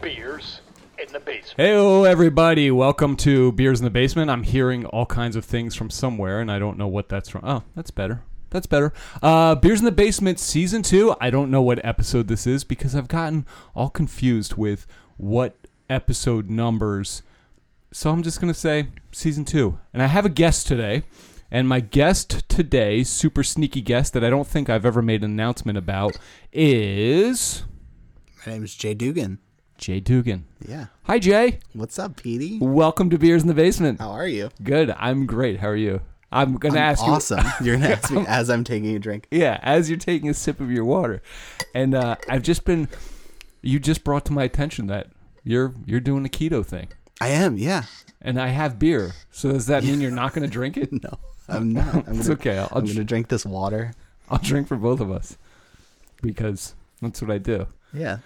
Beers in the basement. Heyo, everybody! Welcome to Beers in the Basement. I'm hearing all kinds of things from somewhere, and I don't know what that's from. Oh, that's better. That's better. Uh, Beers in the Basement, season two. I don't know what episode this is because I've gotten all confused with what episode numbers. So I'm just gonna say season two, and I have a guest today. And my guest today, super sneaky guest that I don't think I've ever made an announcement about, is My name is Jay Dugan. Jay Dugan. Yeah. Hi, Jay. What's up, Petey? Welcome to Beers in the Basement. How are you? Good. I'm great. How are you? I'm gonna I'm ask awesome. You- are gonna ask me as I'm taking a drink. you. Yeah, as you're taking a sip of your water, and uh, I've just been. You just brought to my attention that you're you're doing a keto thing, I am. Yeah. and I have beer. So does that mean you're not gonna drink it? No, I'm not. I'm gonna, It's okay. I'll, I'll, I'm gonna drink this water. I'll drink for both of us because that's what I do. Yeah.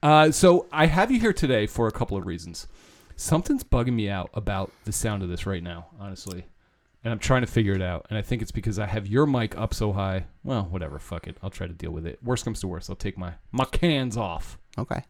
Uh, so I have you here today for a couple of reasons. Something's bugging me out about the sound of this right now, honestly. And I'm trying to figure it out. And I think it's because I have your mic up so high. Well, whatever. Fuck it. I'll try to deal with it. Worst comes to worst, I'll take my, my cans off. Okay.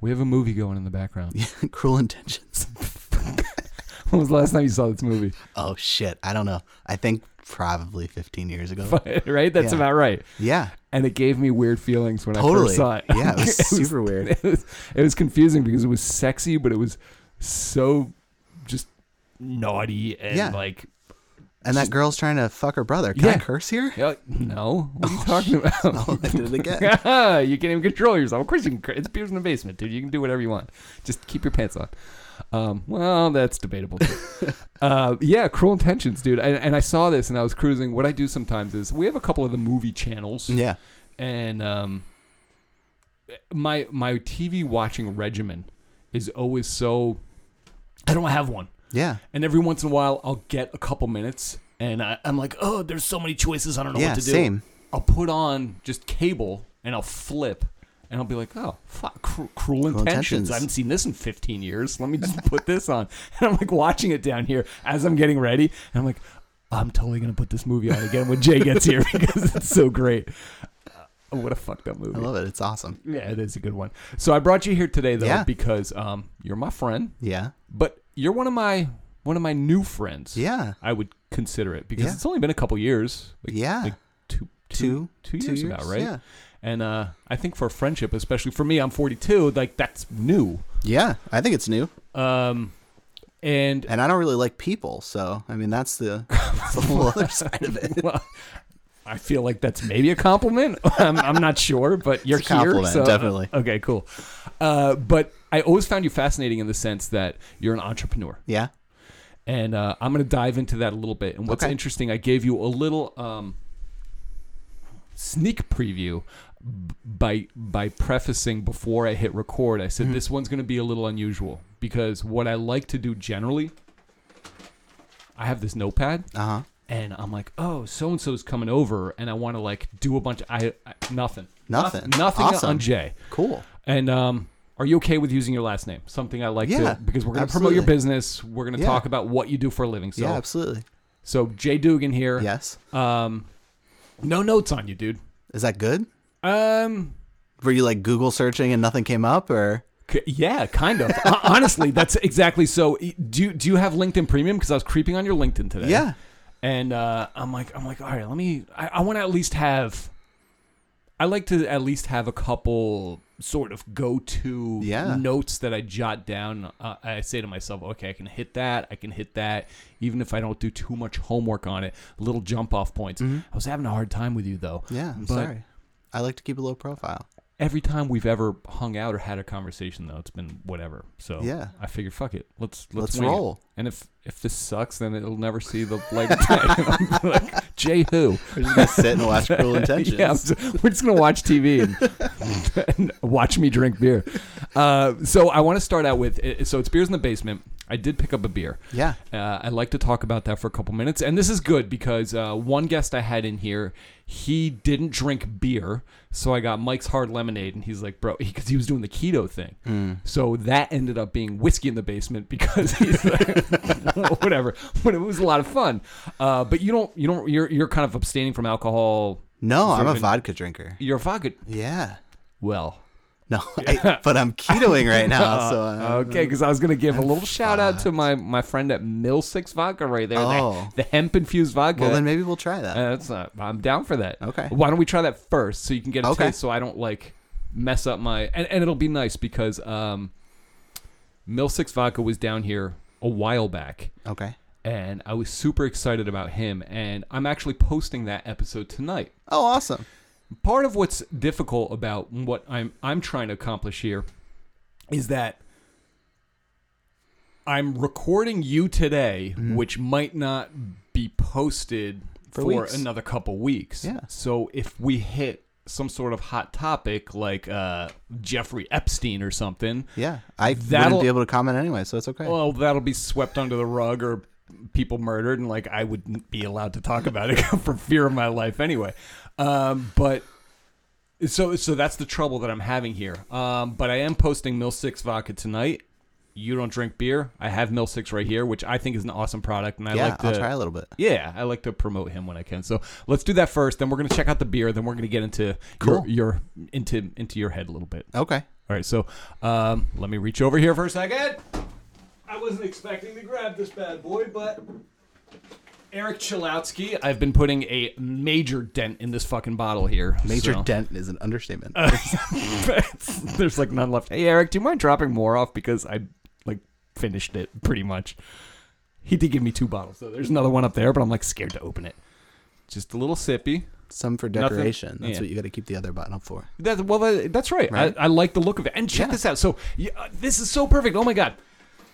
We have a movie going in the background. Cruel Intentions. when was the last time you saw this movie? Oh shit. I don't know. I think probably 15 years ago. right? That's Yeah. about right. Yeah. And it gave me weird feelings when I Totally. first saw it. Yeah. It was super weird. it was, it was confusing because it was sexy, but it was so just naughty and Yeah. like And that girl's trying to fuck her brother. Can I Yeah. curse here? Yeah, like, no. What are you talking about? Oh, I did it again. you can't even control yourself. Of course you can. cr- It's beers in the basement, dude. You can do whatever you want. Just keep your pants on. Um, well, that's debatable. too. uh, yeah, Cruel Intentions, dude. And, and I saw this and I was cruising. What I do sometimes is we have a couple of the movie channels Yeah. and um, my my TV watching regimen is always so. I don't have one. Yeah. And every once in a while, I'll get a couple minutes, and I, I'm like, oh, there's so many choices. I don't know Yeah, what to do. same. I'll put on just cable, and I'll flip, and I'll be like, oh, fuck, cru- cruel, intentions. Intentions. I haven't seen this in 15 years. Let me just put this on. And I'm like watching it down here as I'm getting ready, and I'm like, I'm totally gonna put this movie on again when Jay gets here because it's so great. Uh, what a fucked up movie. I love it. It's awesome. yeah, it is a good one. So I brought you here today though Yeah. because um, you're my friend Yeah. but you're one of my one of my new friends. Yeah. I would consider it because Yeah. it's only been a couple years. Like, Yeah. like two, two, Two- two two years, years, about right. yeah. And uh, I think for a friendship, especially for me, I'm 42. Like that's new. Yeah. I think it's new. Um, and And I don't really like people. So, I mean, that's the, that's the whole other side of it. well, I feel like that's maybe a compliment. I'm, I'm not sure, but you're It's a compliment, here, so definitely. okay, cool. Uh, but I always found you fascinating in the sense that you're an entrepreneur. Yeah. and uh, I'm going to dive into that a little bit. And what's Okay. interesting, I gave you a little um, sneak preview b- by by prefacing before I hit record. I Mm-hmm. said this one's going to be a little unusual because what I like to do generally, I have this notepad Uh huh. and I'm like, oh, so and so's coming over, and I want to like do a bunch. I, I nothing, Nothing. nothing, Awesome. on Jay. Cool. And um, are you okay with using your last name? Something I like Yeah, to because we're going to promote your absolutely. business. We're going to Yeah. talk about what you do for a living. So, yeah, absolutely. so Jay Dugan here. Yes. Um, no notes on you, dude. Is that good? Um, Were you like Google searching and nothing came up, or c- yeah, kind of. Hon- Honestly, that's exactly so. E- Do you- do you have LinkedIn Premium? Because I was creeping on your LinkedIn today. yeah, and uh, I'm like, I'm like, all right, let me. I, I want to at least have. I like to at least have a couple sort of go-to Yeah. notes that I jot down. Uh, I say to myself, okay, I can hit that. I can hit that, even if I don't do too much homework on it. Little jump-off points. I was having a hard time with you though. Mm-hmm. yeah? I'm But- sorry. I like to keep a low profile. Every time we've ever hung out or had a conversation, though, it's been whatever. So Yeah. I figured, fuck it, let's let's, Let's wing it. roll. And if if this sucks, then it'll never see the light of day. I'm like, Jay, who? We're just gonna sit and watch Cruel Intentions. Yeah, I'm just- we're just gonna watch TV and, and watch me drink beer. Uh, so I want to start out with uh, so it's beers in the basement. I did pick up a beer. Yeah. Uh, I'd like to talk about that for a couple minutes. And this is good because uh, one guest I had in here, he didn't drink beer. So I got Mike's Hard Lemonade, and he's like, bro, because he, was doing the keto thing. Hmm. So that ended up being whiskey in the basement because he's like, whatever. But it was a lot of fun. Uh, but you don't, you don't, you're, you're kind of abstaining from alcohol. No, I'm a Vermin. vodka drinker. You're vodka. Yeah. Well, No, I, but I'm ketoing right now, so uh, I'm, Okay, because I was gonna give a little shout out to my my friend at Mill Six Vodka right there, Oh. the, the hemp infused vodka. well, then maybe we'll try that. Uh, that's not, I'm down for that. Okay. why don't we try that first so you can get a Okay. taste, so I don't like mess up my and, and it'll be nice because um, Mill Six Vodka was down here a while back, okay. and I was super excited about him, and I'm actually posting that episode tonight Oh, awesome. part of what's difficult about what I'm I'm trying to accomplish here is that I'm recording you today, which might not be posted for, Mm-hmm. For weeks. another couple weeks. Yeah. So if we hit some sort of hot topic like uh, Jeffrey Epstein or something, Yeah, I That'll- wouldn't be able to comment anyway, so it's okay. well, that'll be swept under the rug or people murdered, and like I wouldn't be allowed to talk about it for fear of my life anyway. Um, but so so that's the trouble that I'm having here. Um, but I am posting Mill Six vodka tonight. You don't drink beer. I have Mill Six right here, which I think is an awesome product, and I yeah, like to I'll try a little bit. yeah, I like to promote him when I can. So let's do that first. Then we're gonna check out the beer. Then we're gonna get into your, Cool. your into into your head a little bit. Okay. All right, so um, let me reach over here for a second. I wasn't expecting to grab this bad boy, but Eric Chalowski, I've been putting a major dent in this fucking bottle here. Major so- Uh, dent is an understatement. There's like none left. Hey, Eric, do you mind dropping more off because I like finished it pretty much. He did give me two bottles, so there's another one up there, but I'm like scared to open it. Just a little sippy. Some for nothing- decoration. That's yeah. what you got to keep the other button up for. That, well, that, that's right. Right? I, I like the look of it. And check Yeah. this out. So yeah, uh, this is so perfect. Oh my god.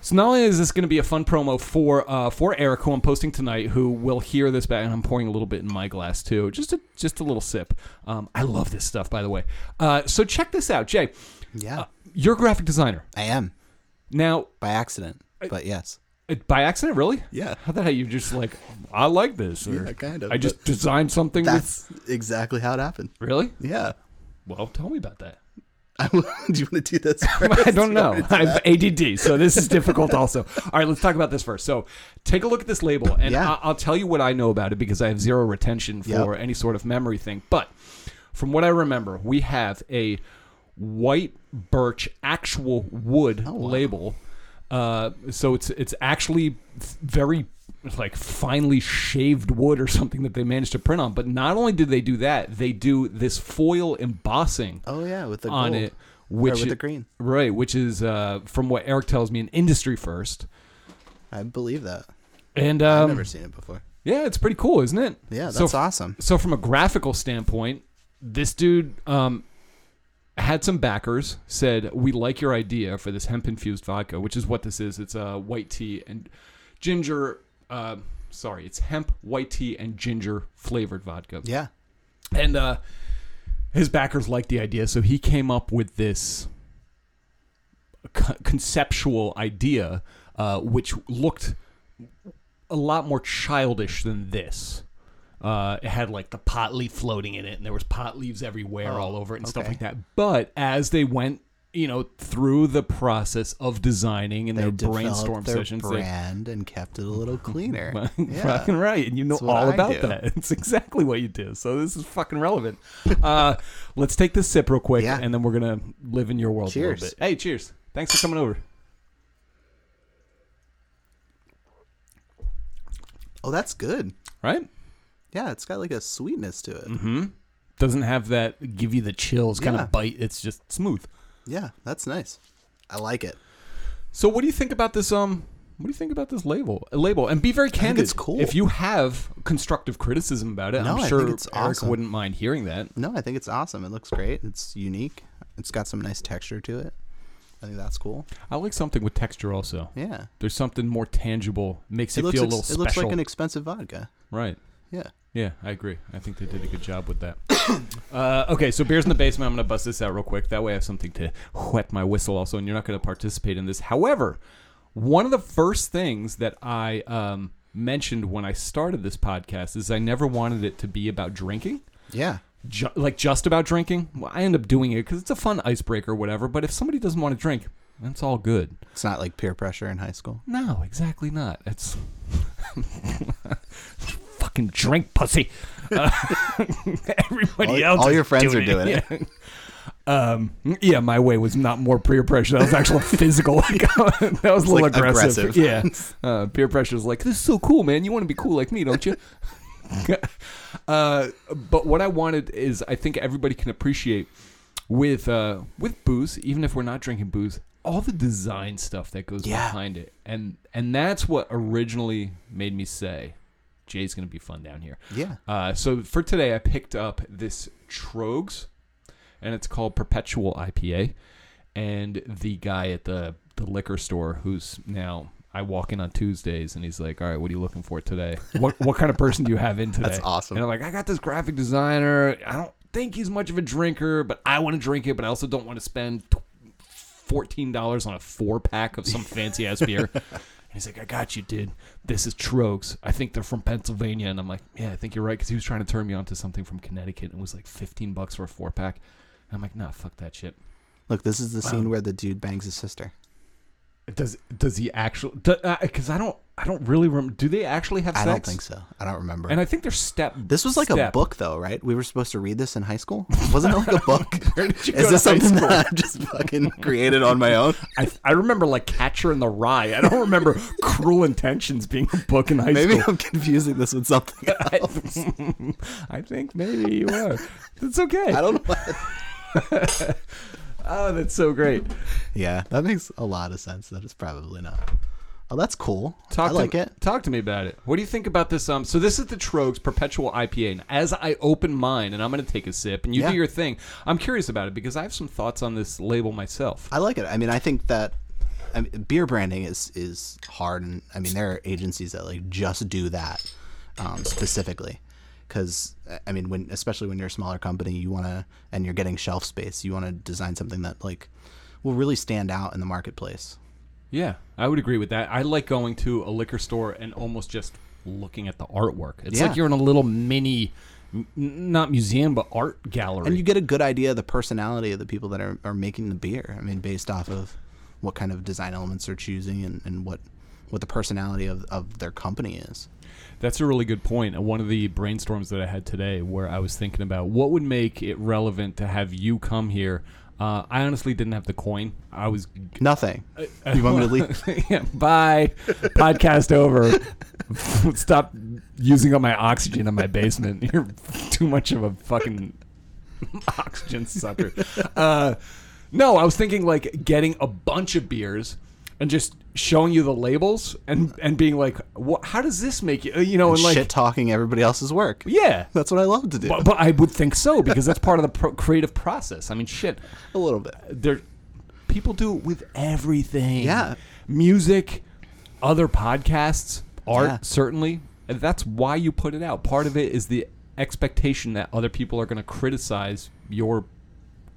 So not only is this going to be a fun promo for uh, for Eric, who I'm posting tonight, who will hear this back, and I'm pouring a little bit in my glass too, just a just a little sip. Um, I love this stuff, by the way. Uh, so check this out, Jay. Uh, Yeah, You're a graphic designer I am now. by accident, but yes. uh, By accident, really? Yeah. How the hell you just like? I like this. Or, Yeah, kind of, I just but- designed something. With, That's exactly how it happened. really? Yeah. Well, tell me about that. I, do you want to do this? I don't know. I have ADD, so this is difficult also. All right, let's talk about this first. So, take a look at this label, and Yeah. I- I'll tell you what I know about it because I have zero retention Yep. for any sort of memory thing. But from what I remember, we have a white birch actual wood Oh, label. Uh, so it's it's actually very like finely shaved wood or something that they managed to print on. But not only did they do that, they do this foil embossing Oh yeah, with the on gold. it, which Or with i- the green. right? Which is uh, from what Eric tells me, an industry first. I believe that. And um, I've never seen it before. yeah, it's pretty cool, isn't it? Yeah, that's so, awesome. So from a graphical standpoint, this dude um, had some backers said, "We like your idea for this hemp infused vodka, which is what this is. It's uh, white tea and ginger." Uh, sorry, it's hemp, white tea, and ginger flavored vodka. Yeah. And uh, his backers liked the idea, so he came up with this co- conceptual idea, uh, which looked a lot more childish than this. Uh, it had like the pot leaf floating in it, and there was pot leaves everywhere, all over it, and stuff Oh, okay. like that. But as they went, you know, through the process of designing and They their developed brainstorm their sessions, they- brand and kept it a little cleaner. yeah. fucking right, and you know That's what all I about do. that. It's exactly what you do. So this is fucking relevant. uh, let's take this sip real quick, Yeah. and then we're gonna live in your world a Cheers. little bit. Hey, cheers! Thanks for coming over. Oh, that's good. Right? Yeah, it's got like a sweetness to it. Mm-hmm. Doesn't have that give you the chills kind Yeah. of bite. It's just smooth. Yeah, that's nice. I like it. So what do you think about this? Um, what do you think about this label? uh, Label, and be very candid. it's cool. If you have constructive criticism about it, No, I I'm think sure it's Eric awesome. wouldn't mind hearing that. No, I think it's awesome. It looks great. It's unique. It's got some nice texture to it. I think that's cool. I like something with texture also. Yeah. There's something more tangible. Makes It you looks feel a ex- little it special. looks like an expensive vodka. right. Yeah. Yeah, I agree. I think they did a good job with that. uh, okay, so beers in the basement. I'm going to bust this out real quick. That way, I have something to whet my whistle. Also, and you're not going to participate in this. However, One of the first things that I um, mentioned when I started this podcast is I never wanted it to be about drinking Yeah. ju- like just about drinking, well, I end up doing it because it's a fun icebreaker, or whatever. But if somebody doesn't want to drink, that's all good. It's not like peer pressure in high school. No, exactly not. It's fucking drink, pussy. Uh, everybody All- else, all is your friends are doing it. Yeah. Um, yeah, my way was not more peer pressure. That was actual physical. Like, that was a little like aggressive. aggressive. Yeah, uh, peer pressure is like this is so cool, man. You want to be cool like me, don't you? uh, but what I wanted is I think everybody can appreciate with uh, with booze, even if we're not drinking booze, all the design stuff that goes Yeah. behind it, and and that's what originally made me say, "Jay's gonna be fun down here." Yeah. Uh, so for today, I picked up this Trogs, and it's called Perpetual IPA. And the guy at the the liquor store, who's now I walk in on Tuesdays, and he's like, "All right, what are you looking for today? What what kind of person do you have in today?" That's awesome. And I'm like, "I got this graphic designer. I don't think he's much of a drinker, but I want to drink it, but I also don't want to spend." tw- $14 on a four pack of some fancy ass beer. And he's like, I got you, dude. This is Trogs. I think they're from Pennsylvania. And I'm like, yeah, I think you're right. Cause he was trying to turn me on to something from Connecticut and it was like 15 bucks for a four pack. And I'm like, nah, fuck that shit. Look, this is the scene where the dude bangs his sister. Does, does he actually, do, uh, cause I don't, I don't really remember. Do they actually have I sex? don't think so. I don't remember. And I think they're step. this was like a step. book, though, right? We were supposed to read this in high school. Wasn't it like a book? you is go this to high something that I just fucking created on my own? I, I remember like Catcher in the Rye. I don't remember Cruel Intentions being a book in high Maybe school. I'm confusing this with something. else. I, I think maybe you are. It's okay. I don't know. why. Oh, that's so great. Yeah, that makes a lot of sense. That it's probably not. Oh, that's cool. Talk I to like me, it. Talk to me about it. What do you think about this? Um, so this is the Trogs Perpetual IPA. And as I open mine, and I'm going to take a sip, and you Yeah. do your thing. I'm curious about it because I have some thoughts on this label myself. I like it. I mean, I think that I mean, beer branding is is hard, and I mean, there are agencies that like just do that um, specifically. Because I mean, when especially when you're a smaller company, you want to and you're getting shelf space, you want to design something that like will really stand out in the marketplace. Yeah, I would agree with that. I like going to a liquor store and almost just looking at the artwork. It's Yeah. like you're in a little mini, n- not museum, but art gallery. And you get a good idea of the personality of the people that are, are making the beer. I mean, based off of what kind of design elements they're choosing and, and what what the personality of, of their company is. That's a really good point. And One of the brainstorms that I had today, where I was thinking about what would make it relevant to have you come here. Uh, I honestly didn't have the coin. I was, Nothing. you want me to leave? yeah, bye, podcast over. Stop using all my oxygen in my basement. You're too much of a fucking oxygen sucker. Uh, no, I was thinking like getting a bunch of beers and just showing you the labels and and being like, what? How does this make you? You know, and, like Shit talking everybody else's work. yeah. That's what I love to do. But, but I would think so because that's part of the pro- creative process. I mean, shit, a little bit. there people do it with everything. Yeah. music, other podcasts, art, Yeah. certainly. And that's why you put it out. Part of it is the expectation that other people are going to criticize your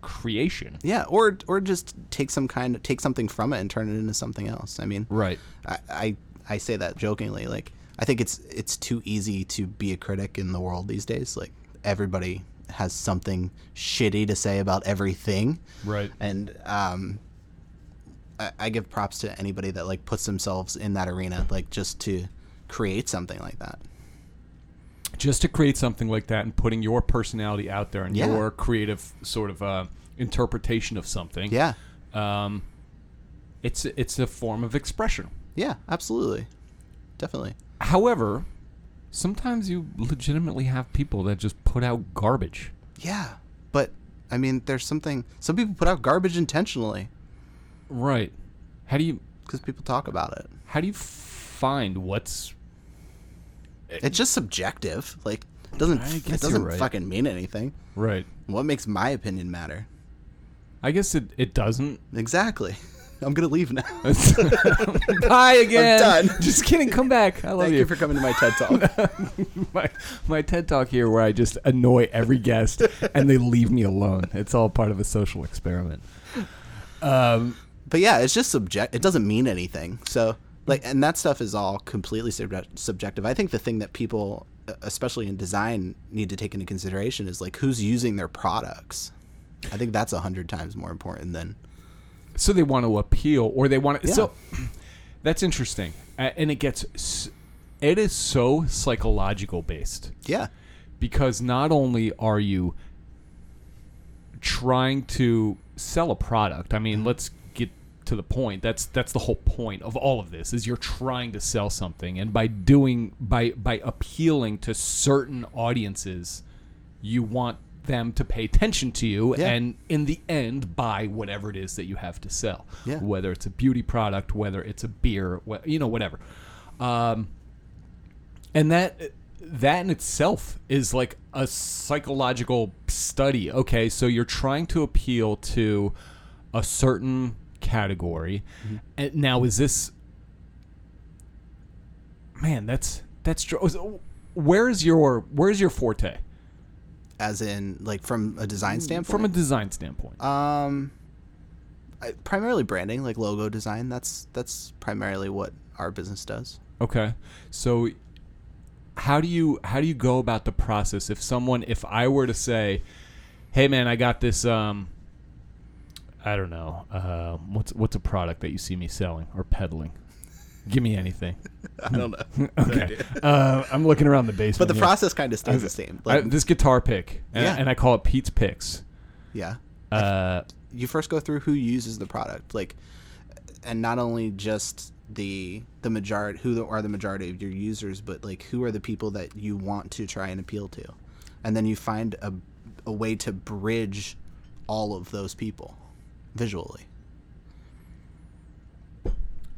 creation. Yeah, or or just take some kind take something from it and turn it into something else. I mean, Right. I, I I say that jokingly. Like I think it's it's too easy to be a critic in the world these days. Like everybody has something shitty to say about everything. Right. And um, I, I give props to anybody that like puts themselves in that arena, like just to create something like that. Mm-hmm. just to create something like that and putting your personality out there and Yeah. your creative sort of uh, interpretation of something. Yeah. Um, it's it's a form of expression. Yeah. Absolutely. Definitely. However, sometimes you legitimately have people that just put out garbage. Yeah, but I mean, there's something. Some people put out garbage intentionally Right. How do you because people talk about it. how do you find what's It's just subjective. Like, it doesn't Eh, I guess you're it doesn't right. fucking mean anything. right? What makes my opinion matter? I guess it, it doesn't. Exactly. I'm gonna leave now. Thank Hi again. done. Just kidding. Come back. I love you for coming to my TED talk. my my TED talk here where I just annoy every guest and they leave me alone. It's all part of a social experiment. Um, but yeah, it's just subject. It doesn't mean anything. So like, and that stuff is all completely subject- subjective. I think the thing that people, uh, especially in design, need to take into consideration is like who's using their products. I think that's a hundred times more important than so they want to appeal or they want to Yeah. so that's interesting A- and it gets s- it is so psychological based yeah, because not only are you trying to sell a product i mean let's get to the point that's that's the whole point of all of this is you're trying to sell something and by doing by by appealing to certain audiences you want them to pay attention to you Yeah. and in the end buy whatever it is that you have to sell Yeah. whether it's a beauty product whether it's a beer wh- you know whatever um, and that that in itself is like a psychological study okay so you're trying to appeal to a certain category and now is this man that's that's dr- oh, where is your where is your forte as in like from a design standpoint. Hmm, from a design standpoint Um, I, primarily branding, like logo design. That's that's primarily what our business does. Okay. So how do you how do you go about the process if someone if I were to say, "Hey man, I got this um I don't know. Uh, what's what's a product that you see me selling or peddling? Give me anything." I don't know, Okay. Uh, I'm looking around the basement. but the here. process kind of stays the same. I- Like, this guitar pick, and, Yeah. and I call it Pete's Picks. yeah, Uh, you first go through who uses the product, like, and not only just the the majority who are the majority of your users, but like who are the people that you want to try and appeal to, and then you find a a way to bridge all of those people visually.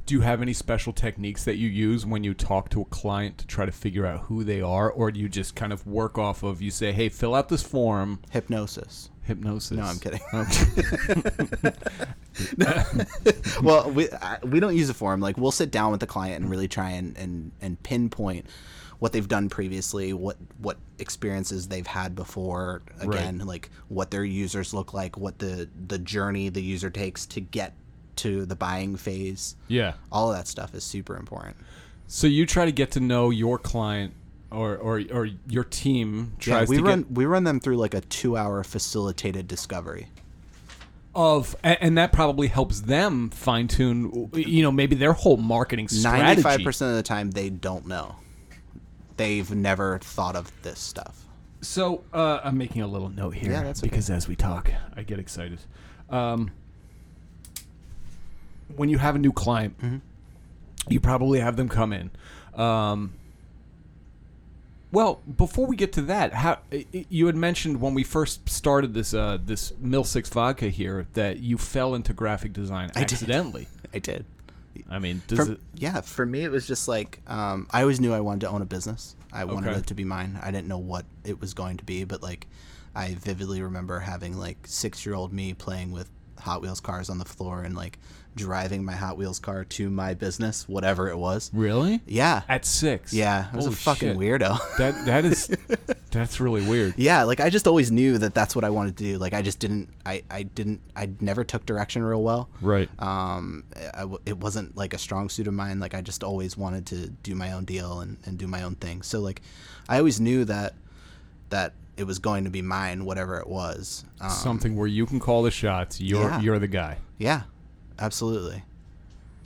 do you have any special techniques that you use when you talk to a client to try to figure out who they are, or do you just kind of work off of you say, "Hey, fill out this form." Hypnosis. Hypnosis. No, I'm kidding. Okay. well, we I, we don't use a form. Like we'll sit down with the client and really try and, and and pinpoint what they've done previously, what what experiences they've had before. Again, like what their users look like, what the the journey the user takes to get to the buying phase. yeah. All of that stuff is super important. So you try to get to know your client or or, or your team Yeah, tries we to run get we run them through like a two hour facilitated discovery. of and, and that probably helps them fine tune you know maybe their whole marketing strategy. Ninety five percent of the time, they don't know. They've never thought of this stuff. So uh, I'm making a little note here Yeah, that's okay. because as we talk, I get excited. Um, when you have a new client, Mm-hmm. you probably have them come in. Um, well, before we get to that, how i- i- you had mentioned when we first started this uh, this Mill Six Vodka here that you fell into graphic design did. accidentally. I did. I mean, does For- it, yeah, for me it was just like um, I always knew I wanted to own a business. I wanted Okay. it to be mine. I didn't know what it was going to be, but like I vividly remember having like six year old me playing with Hot Wheels cars on the floor and like driving my Hot Wheels car to my business, whatever it was. really Yeah, at six? yeah, I was Holy a fucking shit. weirdo. That that is that's really weird. yeah, like I just always knew that that's what I wanted to do. Like I just didn't, I, I didn't, I never took direction real well. Right. um I w- it wasn't like a strong suit of mine like i just always wanted to do my own deal and, and do my own thing so like i always knew that that it was going to be mine whatever it was um, something where you can call the shots. You're Yeah. you're the guy. yeah absolutely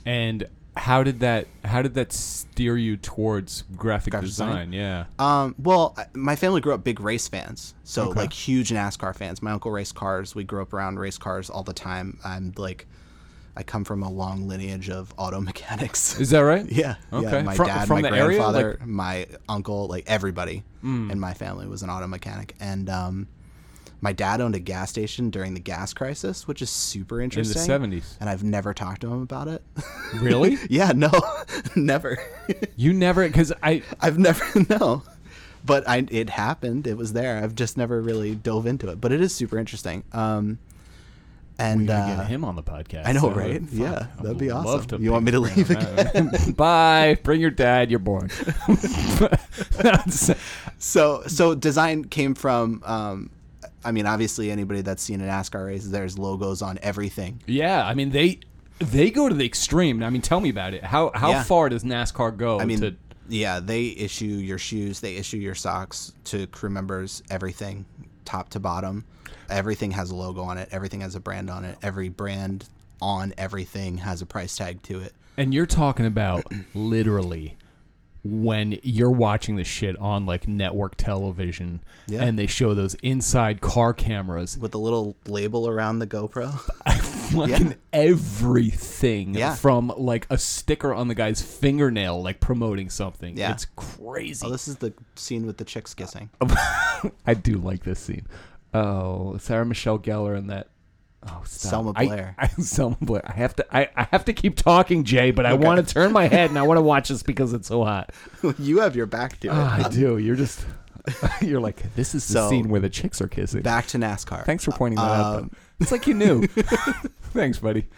And how did that how did that steer you towards graphic, Graphic design? design? Yeah. um well I, my family grew up big race fans so Okay. like huge nascar fans my uncle raced cars we grew up around race cars all the time i'm like i come from a long lineage of auto mechanics Is that right? Yeah. Okay. Yeah. My From- dad, from my the area, Mm. grandfather, my uncle, like everybody in my family was an auto mechanic. And um, my dad owned a gas station during the gas crisis, which is super In the interesting. 70s. And I've never talked to him about it. Really? yeah. No, never. You never cuz I I've never, no. But I, it happened. It was there. I've just never really dove into it. But it is super interesting. Um, and gotta uh, get him on the podcast. I know, Uh, right? fuck, Yeah, I that'd be would awesome. love to You want me to pick his brain leave on that. Bye. Bring your dad. You're born. so so design came from um I mean obviously anybody that's seen an NASCAR race there's logos on everything. yeah, I mean they They go to the extreme. I mean, tell me about it. How how Yeah. far does NASCAR go? I mean, to, yeah, they issue your shoes, they issue your socks to crew members, everything, top to bottom. Everything has a logo on it. Everything has a brand on it. Every brand on everything has a price tag to it. and you're talking about literally when you're watching this shit on like network television, Yeah. and they show those inside car cameras, With a little label around the GoPro. fucking everything Yeah. from like a sticker on the guy's fingernail, like promoting something. Yeah. It's crazy. Oh, this is the scene with the chicks kissing. I do like this scene. Oh, Sarah Michelle Gellar and that. Oh, stop. Selma I- Blair. I, Selma Blair. I have to. I, I have to keep talking, Jay. But I want to turn my head and I want to watch this because it's so hot. you have your back to it. Ah, I do. You're just. You're like this is the So- scene where the chicks are kissing. Back to NASCAR. Thanks for pointing that out. bud. It's like you knew. Thanks, buddy.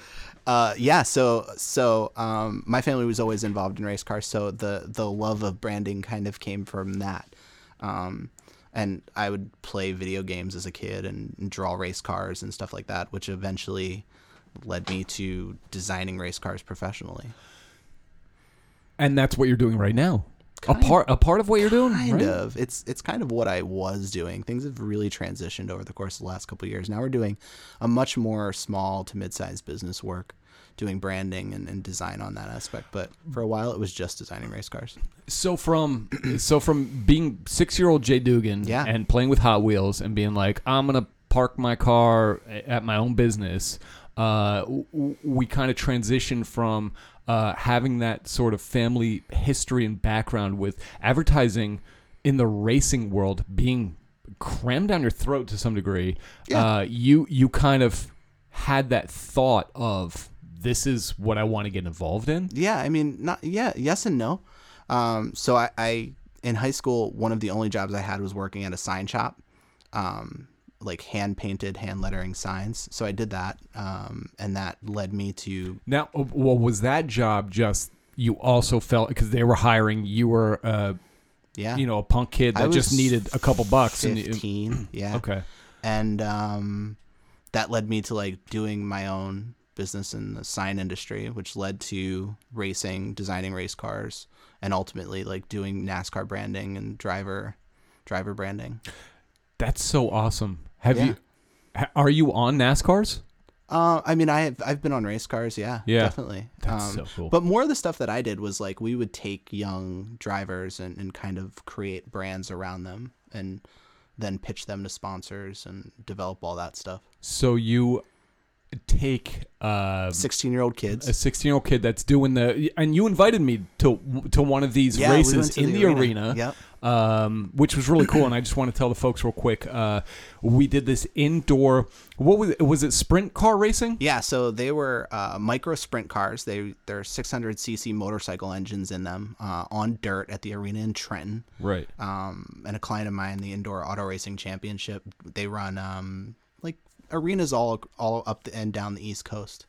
Uh, yeah, so so um, my family was always involved in race cars, so the the love of branding kind of came from that. Um, and I would play video games as a kid and, and draw race cars and stuff like that, which eventually led me to designing race cars professionally. And that's what you're doing right now. a part. A part of what you're doing. Kind right? of. It's it's kind of what I was doing. Things have really transitioned over the course of the last couple of years. Now we're doing a much more small to mid-sized business work, doing branding and, and design on that aspect. But for a while, it was just designing race cars. So from so from being six year old Jay Dugan Yeah. and playing with Hot Wheels and being like, I'm gonna park my car a- at my own business. Uh, w- w- we kind of transition from uh, having that sort of family history and background with advertising in the racing world being crammed down your throat to some degree. Yeah. Uh, you you kind of had that thought of this is what I want to get involved in. Yeah, I mean, not yeah, yes and no. Um, so I, I in high school, one of the only jobs I had was working at a sign shop, um, like hand painted, hand lettering signs. So I did that, um, and that led me to Now, uh, well, was that job just you also felt because they were hiring you were, uh, yeah, you know, a punk kid I that just was needed a couple bucks and you, fifteen, yeah, okay, and um, that led me to like doing my own business in the sign industry, which led to racing, designing race cars, and ultimately like doing NASCAR branding and driver driver branding. that's so awesome. Have Yeah. you? ha- Are you on NASCARs? Uh, I mean, I have, I've been on race cars, yeah, Yeah. definitely. Um, That's so cool. But more of the stuff that I did was like we would take young drivers and, and kind of create brands around them and then pitch them to sponsors and develop all that stuff. So you take uh, 16 year old kids. a sixteen-year-old kid that's doing the, and you invited me to to one of these Yeah, we went races to in the the arena. arena. Yep. um, which was really cool. And I just want to tell the folks real quick. Uh, we did this indoor. What was it? Was it sprint car racing? Yeah, so they were uh, micro sprint cars. They they're 600cc motorcycle engines in them uh, on dirt at the arena in Trenton. Right. um, and a client of mine, the Indoor Auto Racing Championship. They run um, like arenas all all up the, and down the East Coast,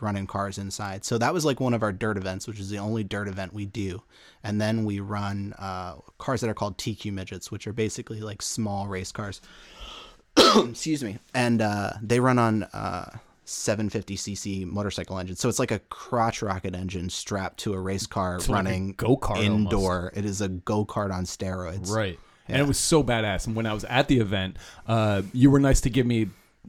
running cars inside. So that was like one of our dirt events, which is the only dirt event we do. And then we run uh, cars that are called TQ midgets, which are basically like small race cars. Excuse me. And uh, they run on. Uh, 750cc motorcycle engine. So it's like a crotch rocket engine strapped to a race car like a running go-kart almost. indoor or It is a go kart on steroids. Right. And it was so badass. And when I was at the event, uh, you were nice to give me,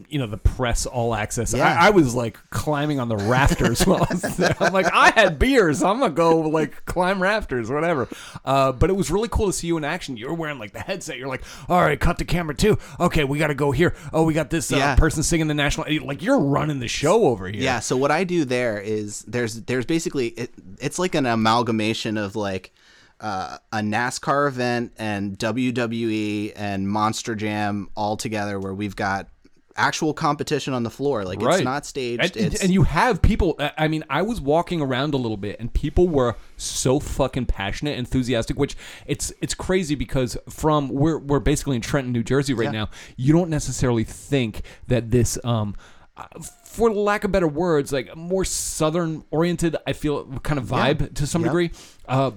you know, the press all access. Yeah. I, I was like climbing on the rafters while I was there. I'm like, I had beers. I'm gonna go like climb rafters, whatever. Uh, but it was really cool to see you in action. You were wearing like the headset. You're like, all right, cut to camera two. Okay, we got to go here. Oh, we got this uh, Yeah. person singing the national. Like you're running the show over here. Yeah. So what I do there is there's there's basically it, it's like an amalgamation of like uh, a NASCAR event and WWE and Monster Jam all together, where we've got actual competition on the floor. Like Right. it's not staged. And, it's, and you have people. I I mean, I was walking around a little bit, and people were so fucking passionate, enthusiastic. Which it's it's crazy because from we're we're basically in Trenton, New Jersey right now. You don't necessarily think that this um. uh, For lack of better words, like more southern oriented, I feel kind of vibe to some Yep. degree. Uh,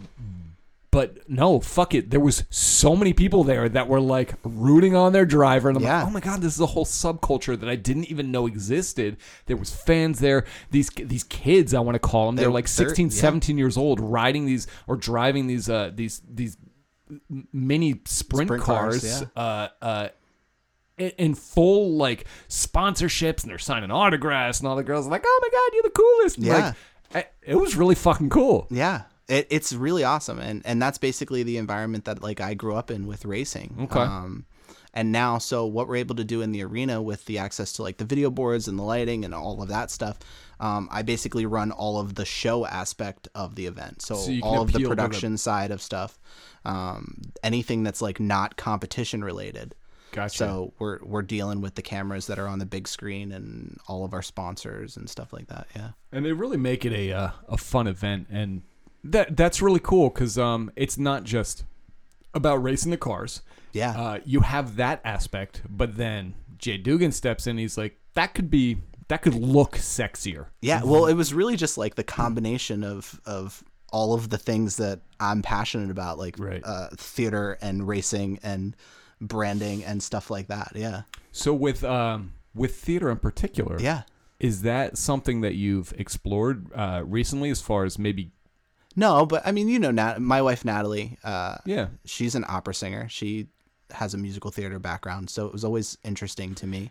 But no, fuck it. There was so many people there that were like rooting on their driver, and I'm Yeah. like, oh my god, this is a whole subculture that I didn't even know existed. There was fans there. These these kids, I want to call them, they're, They're- like they're- 16, yeah. 17 years old, riding these or driving these uh these these m- mini sprint, Sprint cars, cars, uh, uh, in, in full like sponsorships, and they're signing autographs, and all the girls are like, "Oh my god, you're the coolest!" Yeah. Like, I- it was really fucking cool. Yeah. It, it's really awesome. And, and that's basically the environment that like I grew up in with racing. Okay. Um, and now, so what we're able to do in the arena with the access to like the video boards and the lighting and all of that stuff, um, I basically run all of the show aspect of the event. So, So you can all of the appeal to the- production side of stuff, um, anything that's like not competition related. Gotcha. So we're we're dealing with the cameras that are on the big screen and all of our sponsors and stuff like that. Yeah. and they really make it a uh, a fun event, and that that's really cool because um, it's not just about racing the cars. Yeah. uh, you have that aspect, but then Jay Dugan steps in. He's like, that could be that could look sexier. Yeah, well, it was really just like the combination of of all of the things that I'm passionate about, like Right. uh, theater and racing and branding and stuff like that. Yeah, So with um, with theater in particular, yeah. Is that something that you've explored uh, recently, as far as maybe? No, but I mean, you know, Nat, my wife Natalie, uh, Yeah, she's an opera singer. She has a musical theater background, so it was always interesting to me.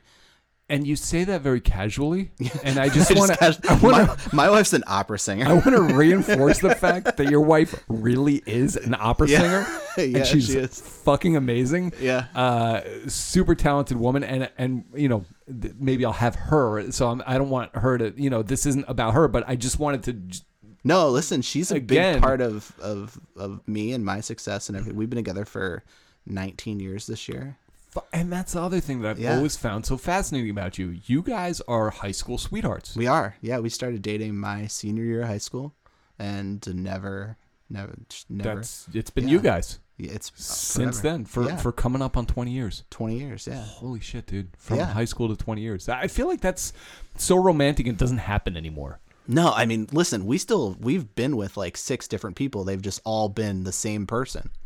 and you say that very casually, and I just I want just to. I got- want to. my, my wife's an opera I singer. want to reinforce the fact that your wife really is an opera Yeah. singer, Yeah, and she's she is. fucking amazing. Yeah. uh, super talented woman, and and you know th- maybe I'll have her. So I'm, I don't want her to. You know, this isn't about her, but I just wanted to. j- No, listen, she's a Again. big part of of of me and my success and everything. We've been together for 19 years this year. fu- And that's the other thing that I've Yeah. always found so fascinating about you. You guys are high school sweethearts. We are. Yeah, we started dating my senior year of high school, and never, never, just never. That's it's been you Yeah. guys Yeah, it's uh, since forever. then for Yeah. for coming up on 20 years. twenty years. Yeah, Holy shit, dude! From Yeah. high school to 20 years. I feel like that's so romantic. It doesn't happen anymore. no, I mean, listen, we still we've been with like six different people. They've just all been the same person.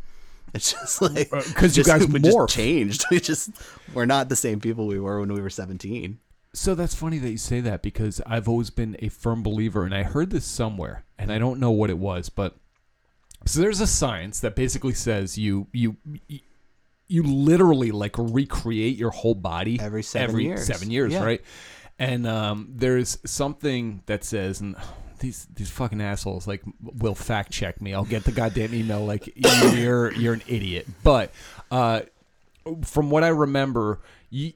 It's just like Uh, 'cause you just- guys we morph. just changed. We just we're not the same people we were when we were seventeen. So that's funny that you say that because I've always been a firm believer, and I heard this somewhere, and I don't know what it was, but so there's a science that basically says you you you- you literally like recreate your whole body Every seven every years. seven years, Yeah. right? And um, there's something that says and. These, these fucking assholes like will fact check me. I'll get the goddamn email like you're you're an idiot. But uh, from what I remember, you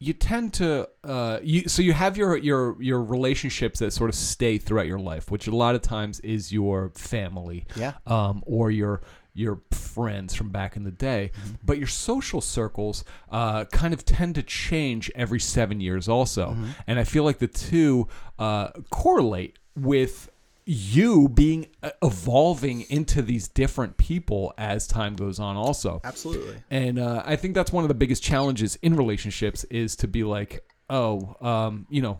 you tend to uh, you so you have your your your relationships that sort of stay throughout your life, which a lot of times is your family, Yeah. um, or your your friends from back in the day. Mm-hmm. But your social circles uh, kind of tend to change every seven years, also, Mm-hmm. and I feel like the two uh, correlate with you being uh, evolving into these different people as time goes on also Absolutely. and uh, I think that's one of the biggest challenges in relationships is to be like, oh, um, you know,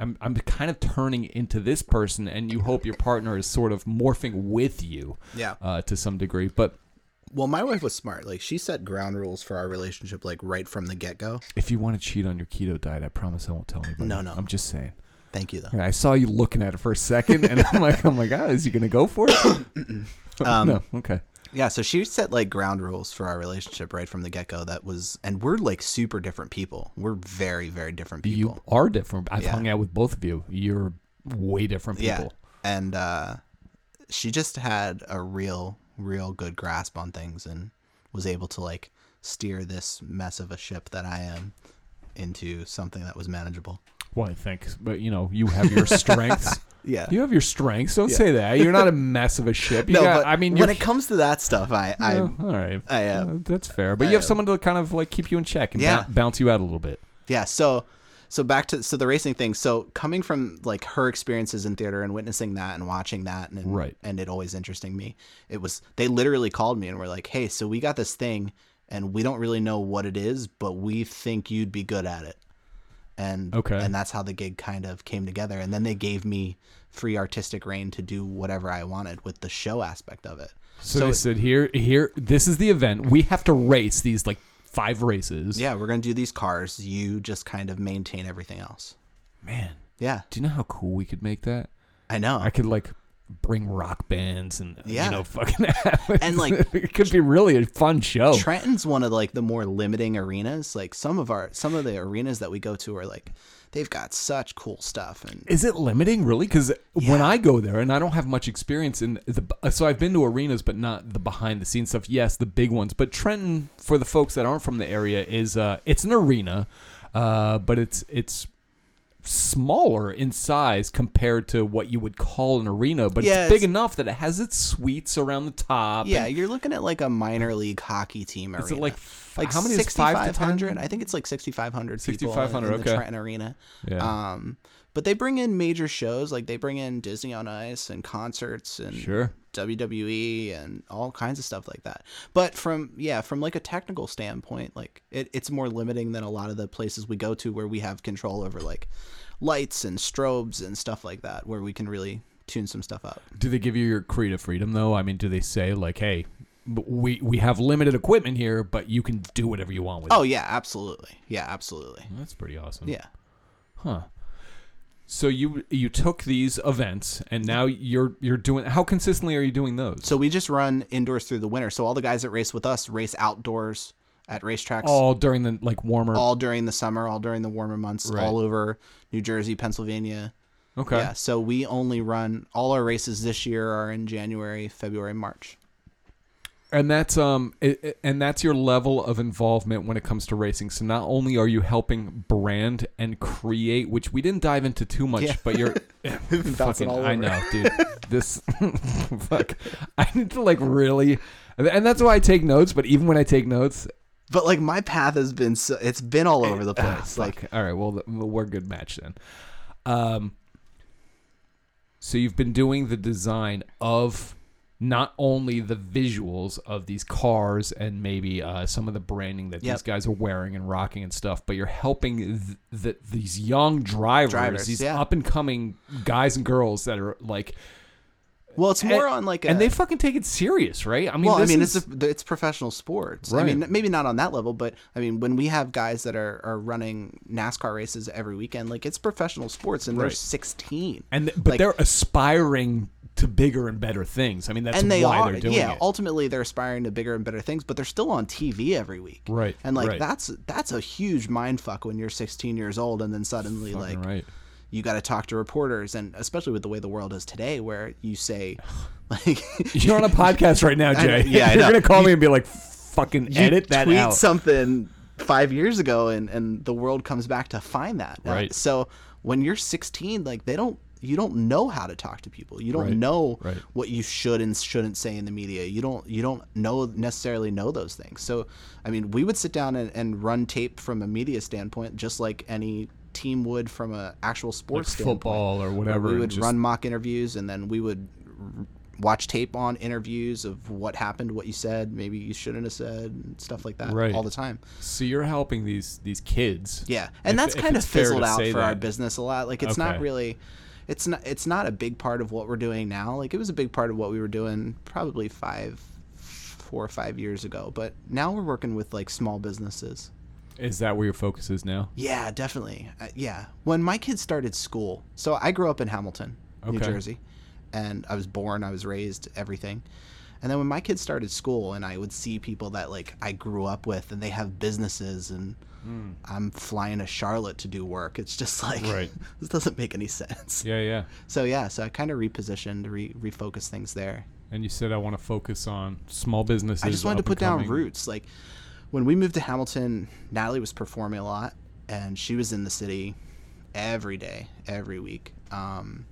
I'm I'm kind of turning into this person, and you hope your partner is sort of morphing with you, Yeah. uh, to some degree. But Well, my wife was smart. Like she set ground rules for our relationship, like right from the get go. if you want to cheat on your keto diet, I promise I won't tell anybody. No, no. I'm just saying. Thank you, though. I saw you looking at it for a second, and I'm like, I'm like, ah, is he gonna go for it? Um, no, okay. Yeah, so she set like ground rules for our relationship right from the get go. That was, and we're like super different people. We're very, very different people. You are different. I've Yeah. hung out with both of you. You're way different yeah, people. and uh, she just had a real, real good grasp on things and was able to like steer this mess of a ship that I am into something that was manageable. Well, thanks, but you know, you have your strengths. Yeah. you have your strengths. Don't say that. You're not a mess of a ship. You no, got, but I mean, when you're, it comes to that stuff, I, I, Yeah, all right, I am. Uh, that's fair. But you have am. someone to kind of like keep you in check and Yeah. bou- bounce you out a little bit. yeah so so back to so the racing thing so coming from like her experiences in theater and witnessing that and watching that and Right. and it always interesting me it was they literally called me and were like hey so we got this thing and we don't really know what it is but we think you'd be good at it and Okay. and that's how the gig kind of came together. And then they gave me free artistic reign to do whatever I wanted with the show aspect of it. So, they said, here, here, this is the event. We have to race these like five races. yeah, we're gonna do these cars. You just kind of maintain everything else. Man, Yeah, do you know how cool we could make that? I know. I could like bring rock bands and, Yeah. you know, fucking have And, like- it could be really a fun show. Trenton's one of like the more limiting arenas. Like some of our some of the arenas that we go to are like they've got such cool stuff and is it limiting really because when i go there and i don't have much experience in the so i've been to arenas but not the behind the scenes stuff yes the big ones but trenton for the folks that aren't from the area is uh it's an arena uh but it's it's smaller in size compared to what you would call an arena but Yeah, it's big it's- enough that it has its suites around the top yeah, you're looking at like a minor league hockey team arena. is it like like how many is five to 6,500? ten I think it's like 6,500 people 6,500, in, in the okay. Trenton Arena. Yeah. Um, but they bring in major shows. Like they bring in Disney on Ice and concerts and Sure. WWE and all kinds of stuff like that. But from, yeah, from like a technical standpoint, like it, it's more limiting than a lot of the places we go to where we have control over like lights and strobes and stuff like that, where we can really tune some stuff up. Do they give you your creative freedom though? I mean, do they say like, "Hey, b- we we have limited equipment here, but you can do whatever you want with Oh, it." yeah, absolutely. Yeah, absolutely. That's pretty awesome. Yeah. Huh. So you you took these events and now you're you're doing how consistently are you doing those? So we just run indoors through the winter. So all the guys that race with us race outdoors at racetracks all, all during the like warmer. during the summer, all during the warmer months, Right. all over New Jersey, Pennsylvania. okay. Yeah. So we only run all our races this year are in January, February, March. And that's um i- i- and that's your level of involvement when it comes to racing. So not only are you helping brand and create, which we didn't dive into too much, Yeah. but you're bouncing fucking all I over. know, dude. This fuck. I need to like really and that's why I take notes, but even when I take notes, But like my path has been so it's been all over Eh, the uh, place. like all right, well th- we're a good match then. Um so you've been doing the design of not only the visuals of these cars and maybe uh, some of the branding that Yep. these guys are wearing and rocking and stuff, but you're helping th- th- these young drivers, Drivers, these yeah. up and coming guys and girls that are like, well, it's more and- on like a, eh, and they fucking take it serious, right? I mean, well, I this mean, is- it's a, it's professional sports. I Right. mean, maybe not on that level, but I mean, when we have guys that are, are running NASCAR races every weekend, like it's professional sports, and they're Right. 16, and th- but like- they're aspiring to bigger and better things. I mean, that's and they why are, they're doing yeah. it. Ultimately, they're aspiring to bigger and better things, but they're still on TV every week, Right, And like right. that's that's a huge mind fuck when you're 16 years old, and then suddenly like right. you got to talk to reporters, and especially with the way the world is today, where you say like You're on a podcast right now, Jay. know- yeah, I you're know. gonna call me and be like, "Fucking you edit that tweet out." something five years ago and and the world comes back to find that Uh, Right. so when you're 16 like they don't you don't know how to talk to people you don't Right. know Right. what you should and shouldn't say in the media you don't you don't know necessarily know those things so i mean we would sit down and, and run tape from a media standpoint just like any team would from a actual sports standpoint football or whatever. we and would just- run mock interviews and then we would r- watch tape on interviews of what happened what you said maybe you shouldn't have said and stuff like that Right. all the time So you're helping these these kids. yeah and If- that's if kind of it's fair to fizzled out say for our that. business a lot like it's not Okay. really it's not it's not a big part of what we're doing now like it was a big part of what we were doing probably five four or five years ago but now we're working with like small businesses Is that where your focus is now? Yeah, definitely. Uh, yeah. When my kids started school, so I grew up in Hamilton, New Okay. Jersey, and I was born, I was raised, everything. And then when my kids started school, and I would see people that like I grew up with, and they have businesses, and I'm flying to Charlotte to do work. It's just like Hmm. Right. this doesn't make any sense. Yeah, yeah. So yeah, so I kind of repositioned, re- refocused things there. And you said I want to focus on small businesses. I just wanted to up and put down coming." roots. Like when we moved to Hamilton, Natalie was performing a lot, and she was in the city every day, every week. Um,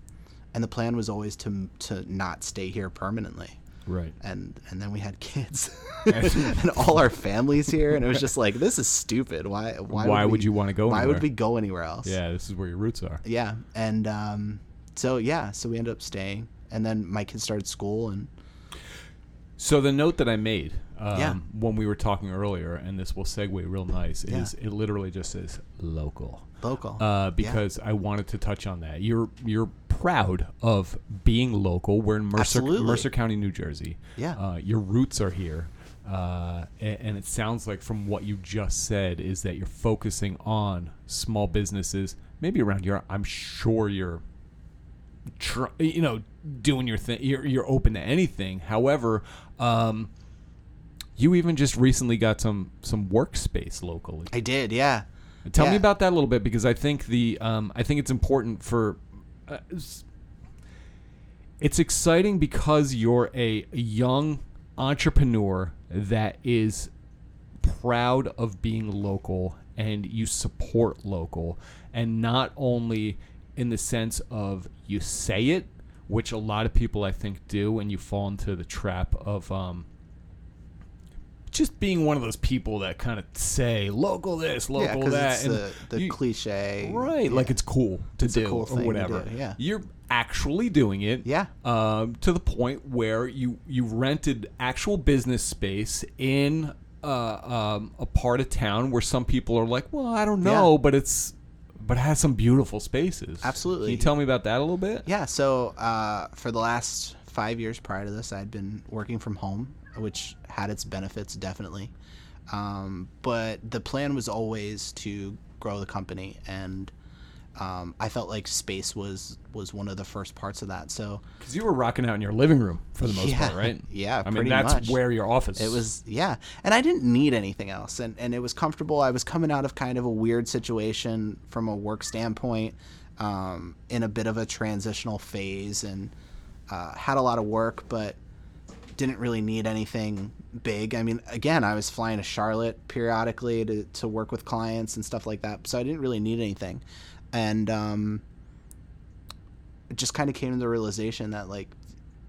and the plan was always to to not stay here permanently. Right. And and then we had kids, and all our families here, and it was just like this is stupid. Why why, Why we- would you wanna go Why anywhere? would we go anywhere else? Yeah, this is where your roots are. yeah and um, so yeah so we ended up staying and then my kids started school and So the note that I made um, Yeah. when we were talking earlier, and this will segue real nice, Yeah. is it literally just says local. Local. Uh, Yeah. because I wanted to touch on that. You're you're proud of being local. We're in Mercer Absolutely. Mercer County, New Jersey. Yeah. Uh, your roots are here, uh, a- and, it sounds like from what you just said is that you're focusing on small businesses, maybe around here. I'm sure you're tr- you know doing your thing you're, you're open to anything however um you even just recently got some some workspace locally I did, yeah. tell me Yeah. about that a little bit because i think the um i think it's important for uh, s- it's exciting because you're a young entrepreneur that is proud of being local and you support local and not only in the sense of you say it which a lot of people i think do and you fall into the trap of um, just being one of those people that kind of say local this Yeah, local because that it's and the, the you- cliche. right like yeah. it's cool to a do cool or thing to whatever do, yeah. you're actually doing it Yeah. um, to the point where you you rented actual business space in uh, um, a part of town where some people are like well i don't know Yeah. but it's but it has some beautiful spaces Absolutely. can you tell me about that a little bit Yeah, so uh, for the last five years prior to this, I'd been working from home, which had its benefits definitely. Um, but the plan was always to grow the company, and um, I felt like space was was one of the first parts of that. So because you were rocking out in your living room for the most Yeah. part right Yeah, i mean pretty that's much. where your office It was yeah, and I didn't need anything else, and and it was comfortable. I was coming out of kind of a weird situation from a work standpoint, um, in a bit of a transitional phase, and uh, had a lot of work, but didn't really need anything big. I mean, again, I was flying to Charlotte periodically to to work with clients and stuff like that, so I didn't really need anything, and um, it just kind of came to the realization that like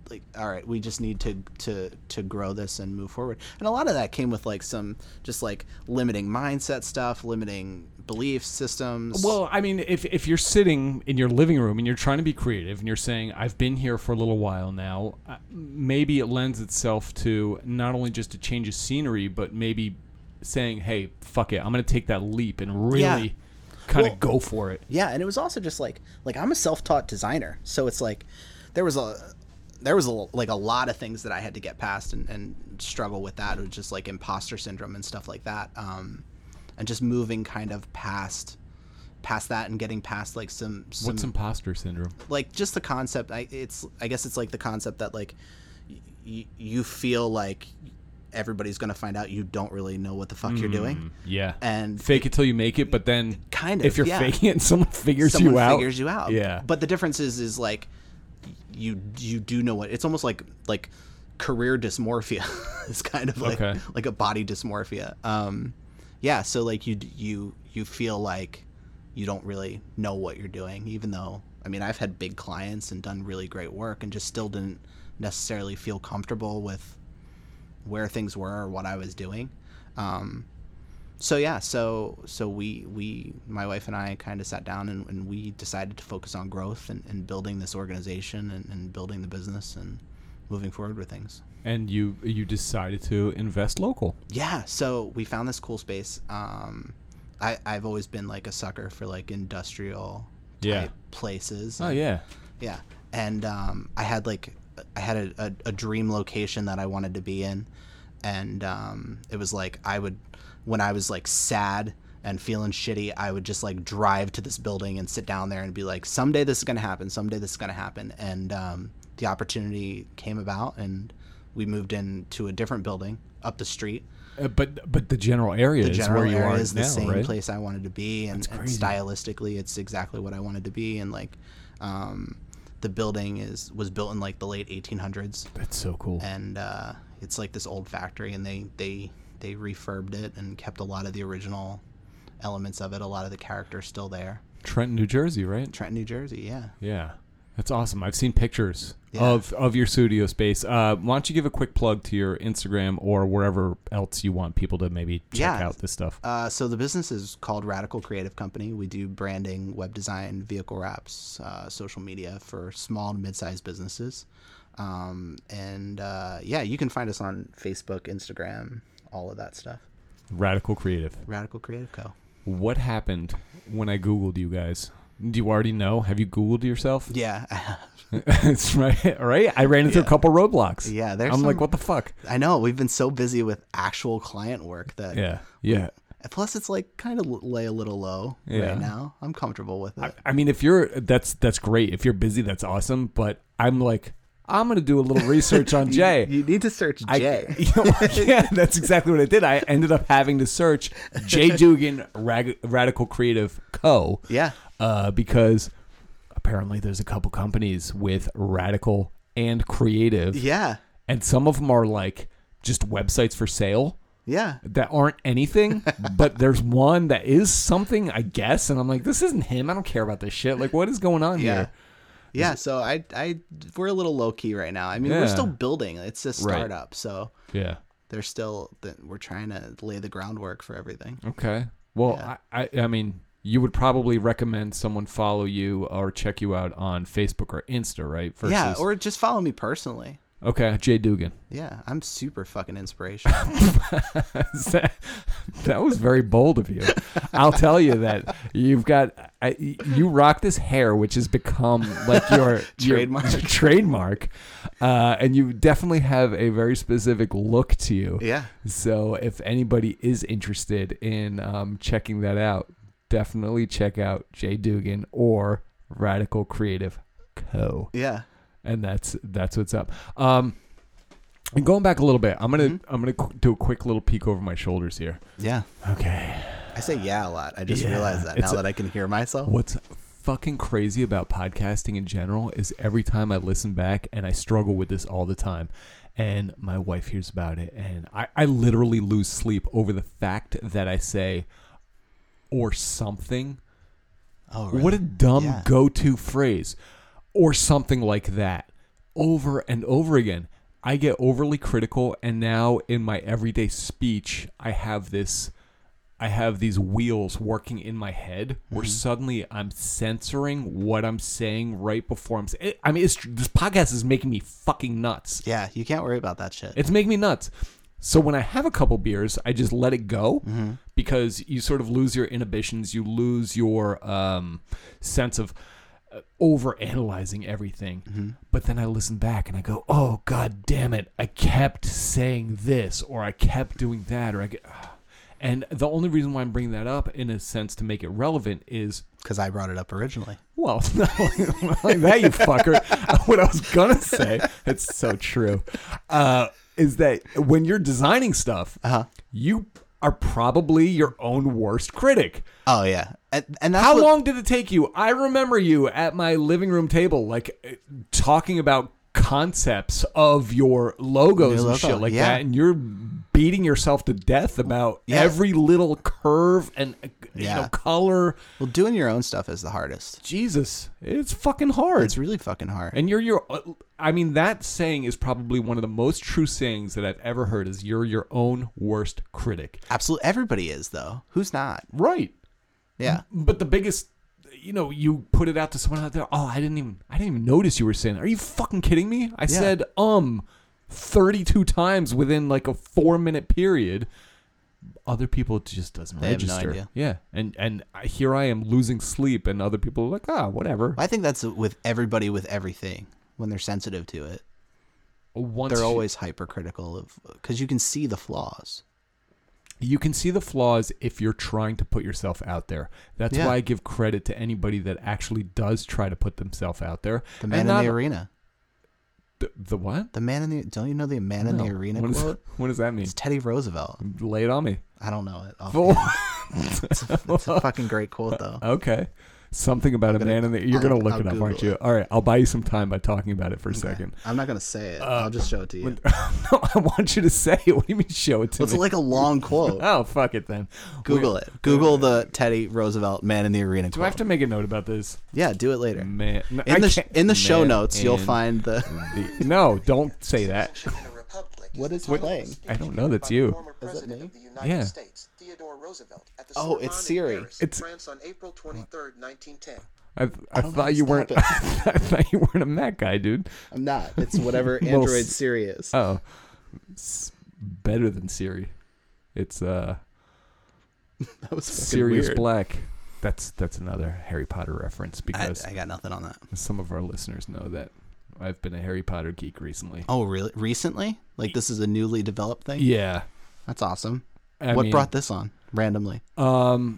like all right we just need to to to grow this and move forward and a lot of that came with like some just like limiting mindset stuff limiting belief systems Well, I mean, if if you're sitting in your living room and you're trying to be creative and you're saying, "I've been here for a little while now," uh, maybe it lends itself to not only just a change of scenery, but maybe saying, "Hey, fuck it, I'm going to take that leap and really kind of Well- go for it." yeah and it was also just like like i'm a self-taught designer so it's like there was a there was a, like a lot of things that i had to get past and, and struggle with that it was just like imposter syndrome and stuff like that um and just moving kind of past past that and getting past like some some What's imposter syndrome? like just the concept I, it's i guess it's like the concept that like y- you feel like everybody's going to find out you don't really know what the fuck you're doing Yeah, and fake it till you make it, but then Kind if of, you're yeah. faking it, and someone figures someone you out. figures you out Yeah, but the difference is is like you you do know what it's almost like like career dysmorphia is kind of like Okay. like a body dysmorphia um yeah so like you d- you you feel like you don't really know what you're doing even though i mean i've had big clients and done really great work and just still didn't necessarily feel comfortable with where things were or what i was doing um so yeah so so we we my wife and i kind of sat down and, and we decided to focus on growth and, and building this organization and, and building the business and moving forward with things and you you decided to invest local. yeah so we found this cool space um i i've always been like a sucker for like industrial Yeah. type places Oh yeah, yeah and um i had like i had a, a, a dream location that i wanted to be in and um it was like i would when i was like sad and feeling shitty i would just like drive to this building and sit down there and be like someday this is going to happen someday this is going to happen and um the opportunity came about and we moved into a different building up the street Uh, but but the general area the is general where you area are is the now, same right? place I wanted to be, and, and crazy. stylistically, it's exactly what I wanted to be. And like, um, the building is was built in like the late 1800s, That's so cool. and uh, it's like this old factory, and they they they refurbed it and kept a lot of the original elements of it. A lot of the character still there. Trenton, New Jersey, right? Trenton, New Jersey, yeah. Yeah, that's awesome. I've seen pictures Yeah. of of your studio space. Uh, why don't you give a quick plug to your Instagram or wherever else you want people to maybe check Yeah. out this stuff? Uh, so the business is called Radical Creative Company. We do branding, web design, vehicle wraps, uh, social media for small and mid-sized businesses. Um, and uh, yeah, you can find us on Facebook, Instagram, all of that stuff. Radical Creative. Radical Creative Co. What happened when I Googled you guys? Do you already know? Have you Googled yourself? Yeah, That's right. Right? I ran into a couple roadblocks. Yeah, I'm there's like, some- what the fuck? I know. We've been so busy with actual client work that. Yeah. Yeah. And Plus, it's like kind of lay a little low Yeah. right now. I'm comfortable with it. I mean, if you're that's that's great. If you're busy, that's awesome. But I'm like, I'm gonna do a little research on Jay. you need to search I- Jay. you know, yeah, that's exactly what I did. I ended up having to search Jay Dugan Rag- Radical Creative Co. Yeah. Uh, because apparently there's a couple companies with radical and creative, yeah. and some of them are like just websites for sale Yeah. that aren't anything, but there's one that is something, I guess. And I'm like, this isn't him. I don't care about this shit. Like, what is going on Yeah. here? Yeah. So I, I, we're a little low key right now. I mean, Yeah. we're still building. It's a Right. startup, so Yeah. they're still that we're trying to lay the groundwork for everything. Okay. Well, I, I I mean, you would probably recommend someone follow you or check you out on Facebook or Insta, right? Versus, Yeah. Or just follow me personally. okay, Jay Dugan. Yeah. I'm super fucking inspirational. that, that was very bold of you. I'll tell you that you've got I, you rock this hair, which has become like your your Trademark. trademark, uh, and you definitely have a very specific look to you. yeah. So if anybody is interested in um, checking that out, definitely check out Jay Dugan or Radical Creative Co. Yeah. And that's that's what's up. Um, and going back a little bit, I'm gonna I'm gonna qu- do a quick little peek over my shoulders here. Yeah. Okay. I say yeah a lot. I just Yeah. realized that It's now a- that I can hear myself. What's fucking crazy about podcasting in general is every time I listen back, and I struggle with this all the time, and my wife hears about it, and I, I literally lose sleep over the fact that I say or something. Oh, What a dumb Yeah. go to phrase or something like that over and over again. I get overly critical, and now in my everyday speech, I have this. I have these wheels working in my head where suddenly I'm censoring what I'm saying right before I'm. s- it- I mean, it's, this podcast is making me fucking nuts. Yeah, you can't worry about that shit. It's making me nuts. So when I have a couple beers, I just let it go because you sort of lose your inhibitions, you lose your um, sense of uh, overanalyzing everything. But then I listen back and I go, "Oh god damn it. I kept saying this or I kept doing that or I get, and the only reason why I'm bringing that up in a sense to make it relevant is because I brought it up originally. well, not like, like that, you fucker. what I was gonna say, it's so true, uh, is that when you're designing stuff, Uh-huh. you are probably your own worst critic. Oh yeah, and, and that's How what- long did it take you? I remember you at my living room table, like eh, talking about concepts of your logos Your and logo, shit like yeah. that, and you're beating yourself to death about Yeah. every little curve and eh, you Yeah. know color. Well, doing your own stuff is the hardest. Jesus, it's fucking hard. It's really fucking hard. And you're your, uh, I mean, that saying is probably one of the most true sayings that I've ever heard. Is you're your own worst critic. Absolutely, everybody is though. Who's not? Right. Yeah, But the biggest, you know, you put it out to someone out there. Oh, I didn't even, I didn't even notice you were saying. that." Are you fucking kidding me? I said um, thirty-two times within like a four-minute period. Other people it just doesn't They have no register. idea. Yeah, and and I- here I am losing sleep, and other people are like, ah, whatever. I think that's with everybody with everything when they're sensitive to it. Once They're you- always hypercritical of because you can see the flaws. you can see the flaws if you're trying to put yourself out there. That's Yeah. why I give credit to anybody that actually does try to put themselves out there. The man And in not- the arena. The, the what? The man in the don't you know the man in No. the arena What, is, quote? what does that mean? It's Teddy Roosevelt. Lay it on me. I don't know it. Oh, Full- it's a fucking great quote though. okay. Something about a gonna- man in the. You're I'll- gonna look I'll it up, Google aren't it. you? All right, I'll buy you some time by talking about it for a second. I'm not gonna say Uh, it. I'll just show it to you. no, I want you to say it. What do you mean, show it to It's me? like a long quote. oh, fuck it then. Google it. Google the Teddy Roosevelt man in the arena. Do I have to make a note about this? Yeah, do it later. Man, no, I In the can't- in the show Man notes, you'll in find the the- no, don't say that. what is playing. I don't know, that's you. Yeah. yeah. It's- on April 23rd, 1910. I, I, thought you weren't. I thought you weren't a Mac guy, dude. I'm not. It's whatever Well, Android s- Siri is. Oh, it's better than Siri. It's uh that was fucking Sirius weird. Black. That's that's another Harry Potter reference I, because I got nothing on that. some of our listeners know that I've been a Harry Potter geek recently. Oh, really? Recently? Like this is a newly developed thing? Yeah. That's awesome. I what mean, brought this on randomly? Um,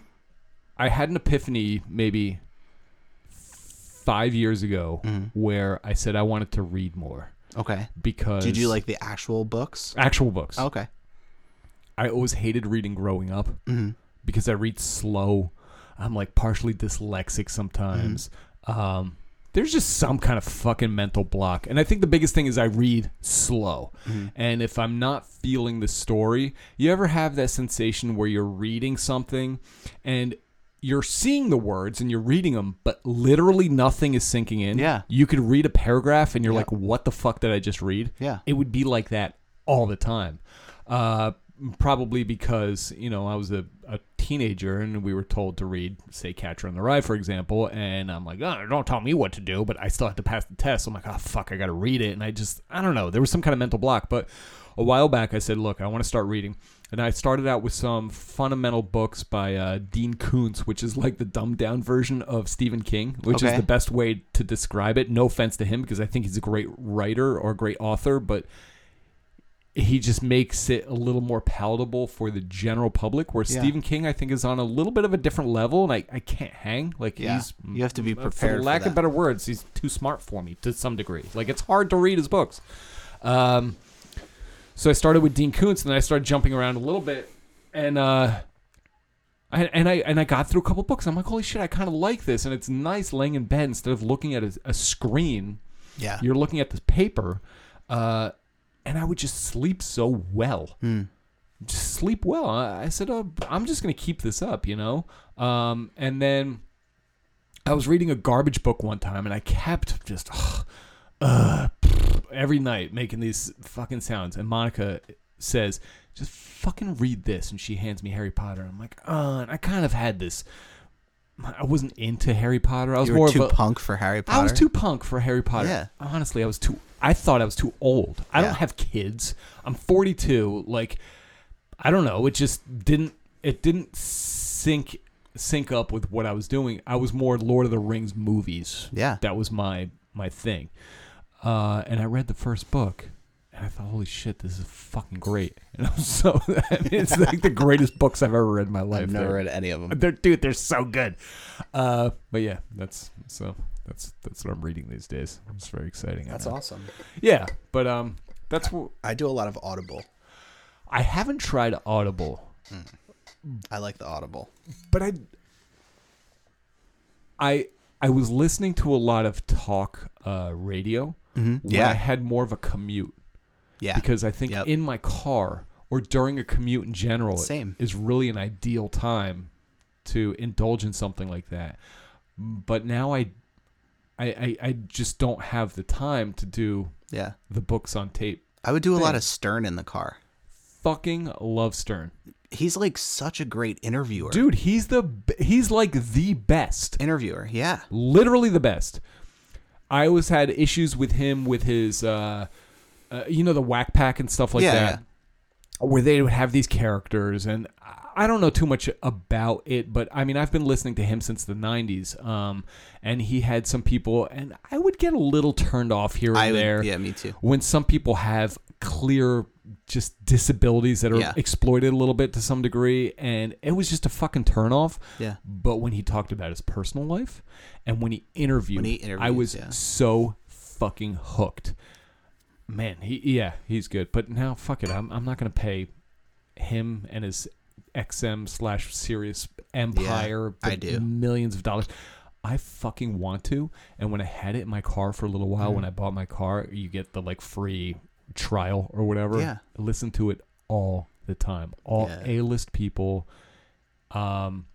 I had an epiphany maybe five years ago Mm-hmm. where I said I wanted to read more Okay. because Did you like the actual books? actual books? Okay. I always hated reading growing up because I read slow. I'm like partially dyslexic sometimes. Um, there's just some kind of fucking mental block. And I think the biggest thing is I read slow. And if I'm not feeling the story, you ever have that sensation where you're reading something and you're seeing the words and you're reading them, but literally nothing is sinking in? Yeah. You could read a paragraph and you're like, what the fuck did I just read? Yeah. It would be like that all the time. Uh, probably because, you know, I was a, a teenager and we were told to read, say, Catcher in the Rye, for example. And I'm like, oh, don't tell me what to do, but I still have to pass the test. I'm like, oh, fuck, I got to read it. And I just, I don't know. There was some kind of mental block. But a while back, I said, look, I want to start reading. And I started out with some fundamental books by uh, Dean Koontz, which is like the dumbed down version of Stephen King, which is Okay. the best way to describe it. No offense to him, because I think he's a great writer or a great author, but he just makes it a little more palatable for the general public. Where Yeah. Stephen King, I think, is on a little bit of a different level, and I, I can't hang. Like Yeah. he's You have to be uh, prepared For for lack of that. better words, he's too smart for me to some degree. Like it's hard to read his books. Um, so I started with Dean Koontz, and then I started jumping around a little bit, and uh, I, and I and I got through a couple books. I'm like, holy shit, I kind of like this, and it's nice laying in bed instead of looking at a, a screen. Yeah. You're looking at this paper, uh, and I would just sleep so well. Hmm. Just sleep well. I, I said, oh, I'm just gonna keep this up, you know. Um, and then I was reading a garbage book one time, and I kept just. ugh, uh, every night making these fucking sounds. And Monica says, just fucking read this. And she hands me Harry Potter. I'm like, uh, and I kind of had this. I wasn't into Harry Potter. I was You were more too of a, punk for Harry Potter. I was too punk for Harry Potter. Yeah. Honestly, I was too. I thought I was too old. I Yeah. don't have kids. I'm 42. Like, I don't know. It just didn't. It didn't sync sync up with what I was doing. I was more Lord of the Rings movies. Yeah. that was my my thing. Uh, and I read the first book. And I thought, holy shit, this is fucking great. And I'm so, I mean, it's like the greatest books I've ever read in my life. I've They're- never read any of them. they're dude, they're so good. Uh, but yeah, that's so that's that's what I'm reading these days. It's very exciting. I That's know. awesome. Yeah, but um, that's what I do a lot of Audible. I haven't tried Audible, I like the Audible. but I I I was listening to a lot of talk uh radio when Yeah. I had more of a commute Yeah. because I think Yep. in my car or during a commute in general it Same. is really an ideal time to indulge in something like that. But now I, I, I, I just don't have the time to do yeah. the books on tape. I would do a lot of Stern in the car. Fucking love Stern, He's like such a great interviewer. dude. He's the b- he's like the best. Interviewer. Yeah. literally the best. I always had issues with him with his, uh, uh, you know, the whack pack and stuff like Yeah, that, where they would have these characters, and I- I don't know too much about it, but I mean, I've been listening to him since the '90s, um, and he had some people, and I would get a little turned off here and I would- there. yeah, me too. When some people have clear just disabilities that are Yeah. exploited a little bit to some degree and it was just a fucking turnoff Yeah. but when he talked about his personal life and when he interviewed, When he interviewed, I was yeah. so fucking hooked. Man, he yeah, he's good. But now fuck it, I'm I'm not gonna pay him and his XM slash Sirius empire I the do. millions of dollars. I fucking want to. And when I had it in my car for a little Mm-hmm. while, when I bought my car, you get the like free trial or whatever. Yeah. Listen to it all the time. All Yeah. A list people. Um,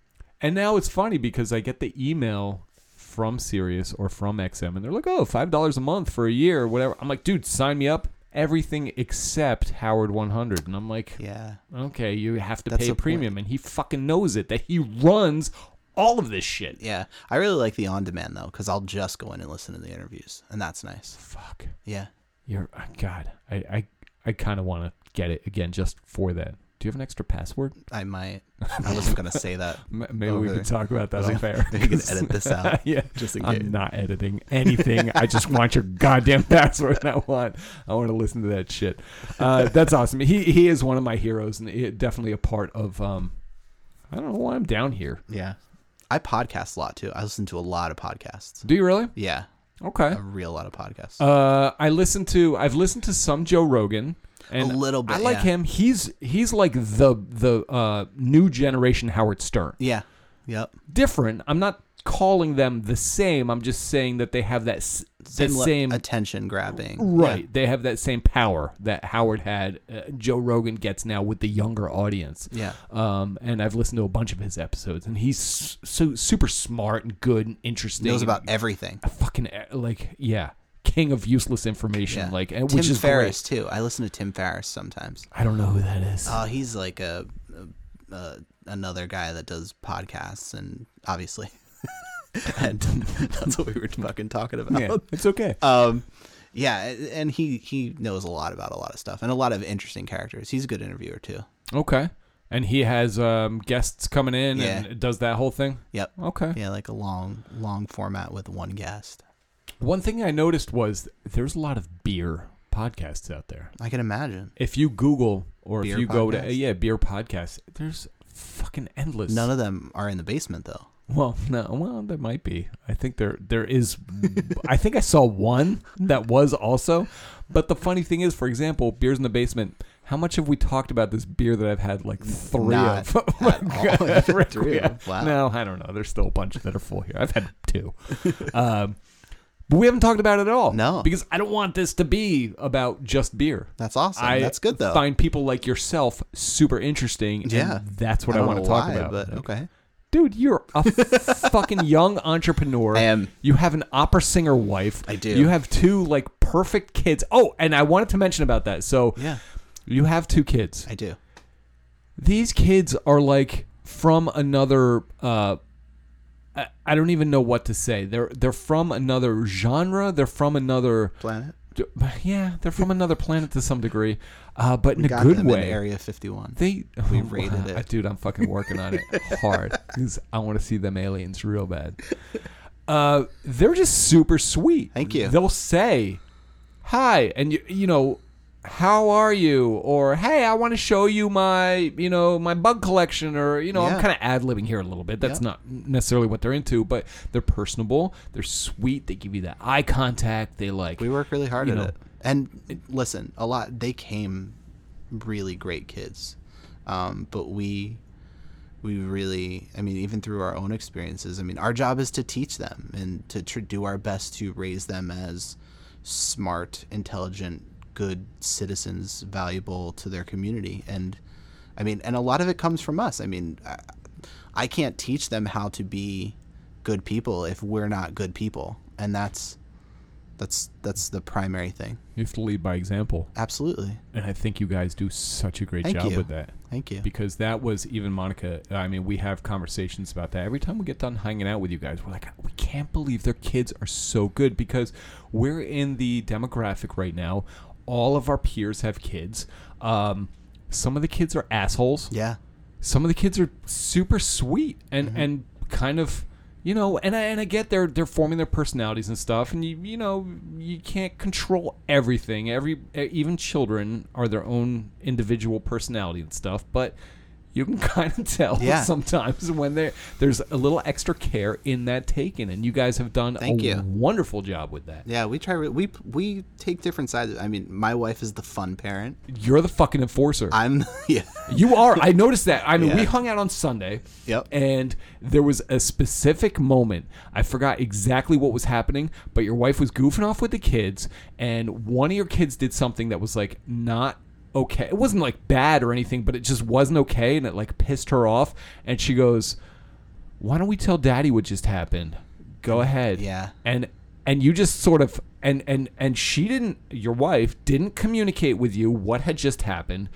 and now it's funny because I get the email from Sirius or from XM, and they're like, "Oh, five dollars a month for a year, or whatever." I'm like, "Dude, sign me up." Everything except Howard 100, and I'm like, Yeah. "Okay, you have to That's pay a the premium," and he fucking knows it that he runs all of this shit. Yeah, I really like the on demand though, because I'll just go in and listen to the interviews, and that's nice. Fuck. Yeah, You're uh, God. I I, I kind of want to get it again just for that. Do you have an extra password? I might. I wasn't gonna say that. M- maybe we Over. could talk about that was on gonna- fair. we can edit this out, yeah, just in case. I'm not editing anything. I just want your goddamn password. and I want. I want to listen to that shit. Uh, that's awesome. He he is one of my heroes, and he, definitely a part of. Um, I don't know why I'm down here. Yeah, I podcast a lot too. I listen to a lot of podcasts. Do you really? Yeah, Okay. a real lot of podcasts. Uh, I listened to. I've listened to some Joe Rogan. And little bit, I like yeah. him. He's he's like the the uh, new generation Howard Stern. yeah, yep. different. I'm not calling them the same. I'm just saying that they have that, s- that Similar- same attention grabbing. right. They have that same power that Howard had. Uh, Joe Rogan gets now with the younger audience. Yeah. Um, and I've listened to a bunch of his episodes, and he's s- so super smart and good and interesting. Yeah. knows about and everything. a fucking uh, like yeah, king of useless information. Yeah. Like and, Tim which is Ferriss too. I listen to Tim Ferriss sometimes. Great. I don't know who that is. Oh, he's like a, a, a another guy that does podcasts, and obviously, and that's what we were fucking talking about. yeah, it's okay. Um, yeah, and he he knows a lot about a lot of stuff and a lot of interesting characters. He's a good interviewer too. okay. And he has um, guests coming in Yeah. and does that whole thing. Yep. Okay. Yeah, like a long long format with one guest. One thing I noticed was there's a lot of beer podcasts out there. I can imagine. If you Google or Beer if you go to podcasts? yeah beer podcasts, there's fucking endless. None of them are in the basement though. well, no, well there might be. I think there there is. I think I saw one that was also. But the funny thing is, for example, beers in the basement. How much have we talked about this beer that I've had like three Not of? at all. You've had Rick, three yeah. of- wow. No, I don't know. There's still a bunch that are full here. I've had two. um, but we haven't talked about it at all. No. Because I don't want this to be about just beer. That's awesome. I that's good though. Find people like yourself super interesting. and Yeah. That's what I, don't want to know talk why, about. But Like, okay. Dude, you're a fucking young entrepreneur. I am. You have an opera singer wife. I do. You have two like perfect kids. Oh, and I wanted to mention about that. So Yeah, you have two kids. I do. These kids are like from another uh I- I don't even know what to say. They're they're from another genre. They're from another Planet. yeah, they're from another planet to some degree, uh, but in a Got good them in way. Area 51. They oh, We rated it. dude. I'm fucking working on it hard 'cause I want to see them aliens real bad. Uh, they're just super sweet. Thank you. They'll say hi, and you, you know, how are you? Or hey, I want to show you my, you know, my bug collection. Or you know, I'm Yeah. kind of ad libbing here a little bit. That's Yeah. not necessarily what they're into, but they're personable. They're sweet. They give you that eye contact. They like. We work really hard You at know. it. And listen, a lot they came really great kids. Um, but we we really I mean even through our own experiences, I mean our job is to teach them and to tr- do our best to raise them as smart, intelligent, good citizens valuable to their community and I mean and a lot of it comes from us. I mean I, I can't teach them how to be good people if we're not good people. And that's that's that's the primary thing. You have to lead by example, Absolutely. and I think you guys do such a great Thank job you. with that. Thank you. because that was even Monica. uh, I mean, we have conversations about that every time we get done hanging out with you guys. We're like, we can't believe their kids are so good because we're in the demographic right now. All of our peers have kids. Um, some of the kids are assholes. Yeah. Some of the kids are super sweet and Mm-hmm. and kind of. You know, and I, and I get they're they're forming their personalities and stuff, and you you know you can't control everything. Every e, even children are their own individual personality and stuff, but you can kind of tell Yeah. sometimes when there there's a little extra care in that taken, and you guys have done Thank a you. wonderful job with that. Yeah, we try we we take different sides. I mean, my wife is the fun parent. You're the fucking enforcer. I'm yeah. You are. I noticed that. I mean, we Yeah. hung out on Sunday. Yep. And there was a specific moment. I forgot exactly what was happening, but your wife was goofing off with the kids, and one of your kids did something that was like not okay. It wasn't like bad or anything, but it just wasn't okay, and it like pissed her off. And she goes, "Why don't we tell Daddy what just happened? Go ahead." Yeah. And and you just sort of and and and she didn't. Your wife didn't communicate with you what had just happened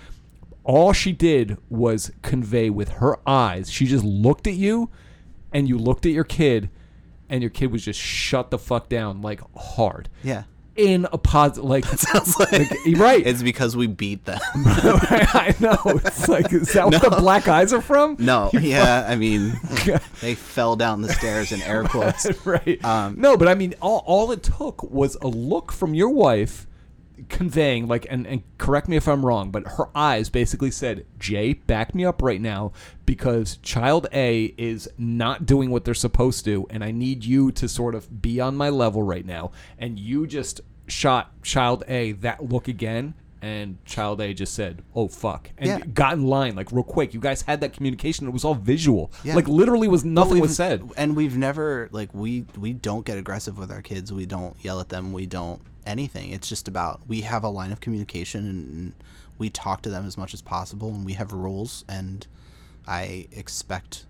all she did was convey with her eyes. She just looked at you and you looked at your kid and your kid was just shut the fuck down like hard Yeah. in a positive like Sounds like, you're right. It's because we beat them. I know it's like is that what the black eyes are from? No, yeah, I mean, they fell down the stairs in air quotes. right. Um, no, but I mean, all, all it took was a look from your wife conveying, like, and, and correct me if I'm wrong, but her eyes basically said, Jay, back me up right now because child A is not doing what they're supposed to, and I need you to sort of be on my level right now. And you just shot child A that look again. And child A just said, "Oh fuck," and Yeah. got in line like real quick. You guys had that communication; it was all visual. Yeah. Like literally, was nothing We've- was said. and we've never like we we don't get aggressive with our kids. We don't yell at them. We don't anything. It's just about we have a line of communication and, and we talk to them as much as possible, and we have rules, and I expect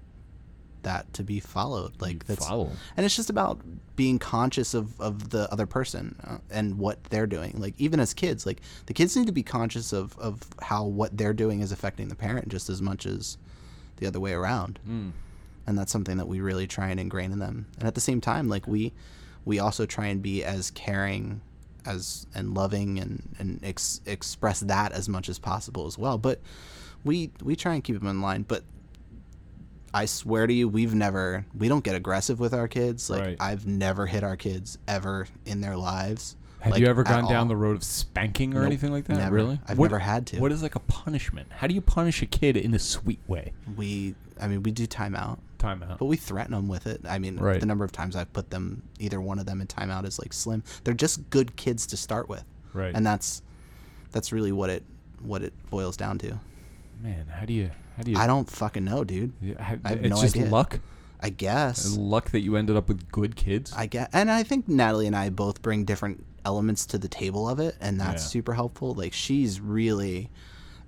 that to be followed. Like that's follow 'em. and it's just about being conscious of, of the other person uh, and what they're doing like even as kids like the kids need to be conscious of, of how what they're doing is affecting the parent just as much as the other way around Mm. and that's something that we really try and ingrain in them and at the same time like we we also try and be as caring as and loving and and ex- express that as much as possible as well but we we try and keep them in line but I swear to you, we've never we don't get aggressive with our kids. Like Right. I've never hit our kids ever in their lives. Have like, you ever at gone all. down the road of spanking or Nope, anything like that? never. Really? I've never had to. What is like a punishment? How do you punish a kid in a sweet way? We, I mean, we do timeout, Timeout. but we threaten them with it. I mean, Right. the number of times I've put them either one of them in timeout is like slim. They're just good kids to start with, Right. and that's that's really what it what it boils down to. Man, how do you? How do you? I don't fucking know, dude. Yeah, how- I have it's no just idea. luck. I guess Luck that you ended up with good kids. I get, and I think Natalie and I both bring different elements to the table of it, and that's Yeah. super helpful. Like she's really,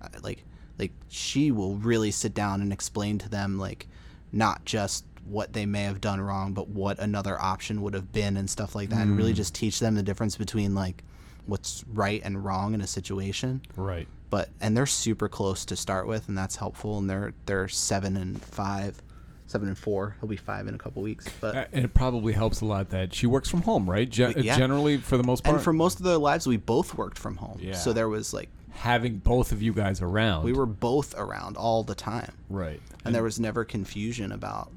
uh, like, like she will really sit down and explain to them like, not just what they may have done wrong, but what another option would have been and stuff like that, and really just teach them the difference between like what's right and wrong in a situation. right. But and they're super close to start with, and that's helpful. And they're they're seven and five, seven and four. He'll be five in a couple weeks, but. Uh, And it probably helps a lot that she works from home, right? Ge- uh, yeah. Generally, for the most part, and for most of their lives we both worked from home Yeah. so there was like having both of you guys around, we were both around all the time right. and there was never confusion about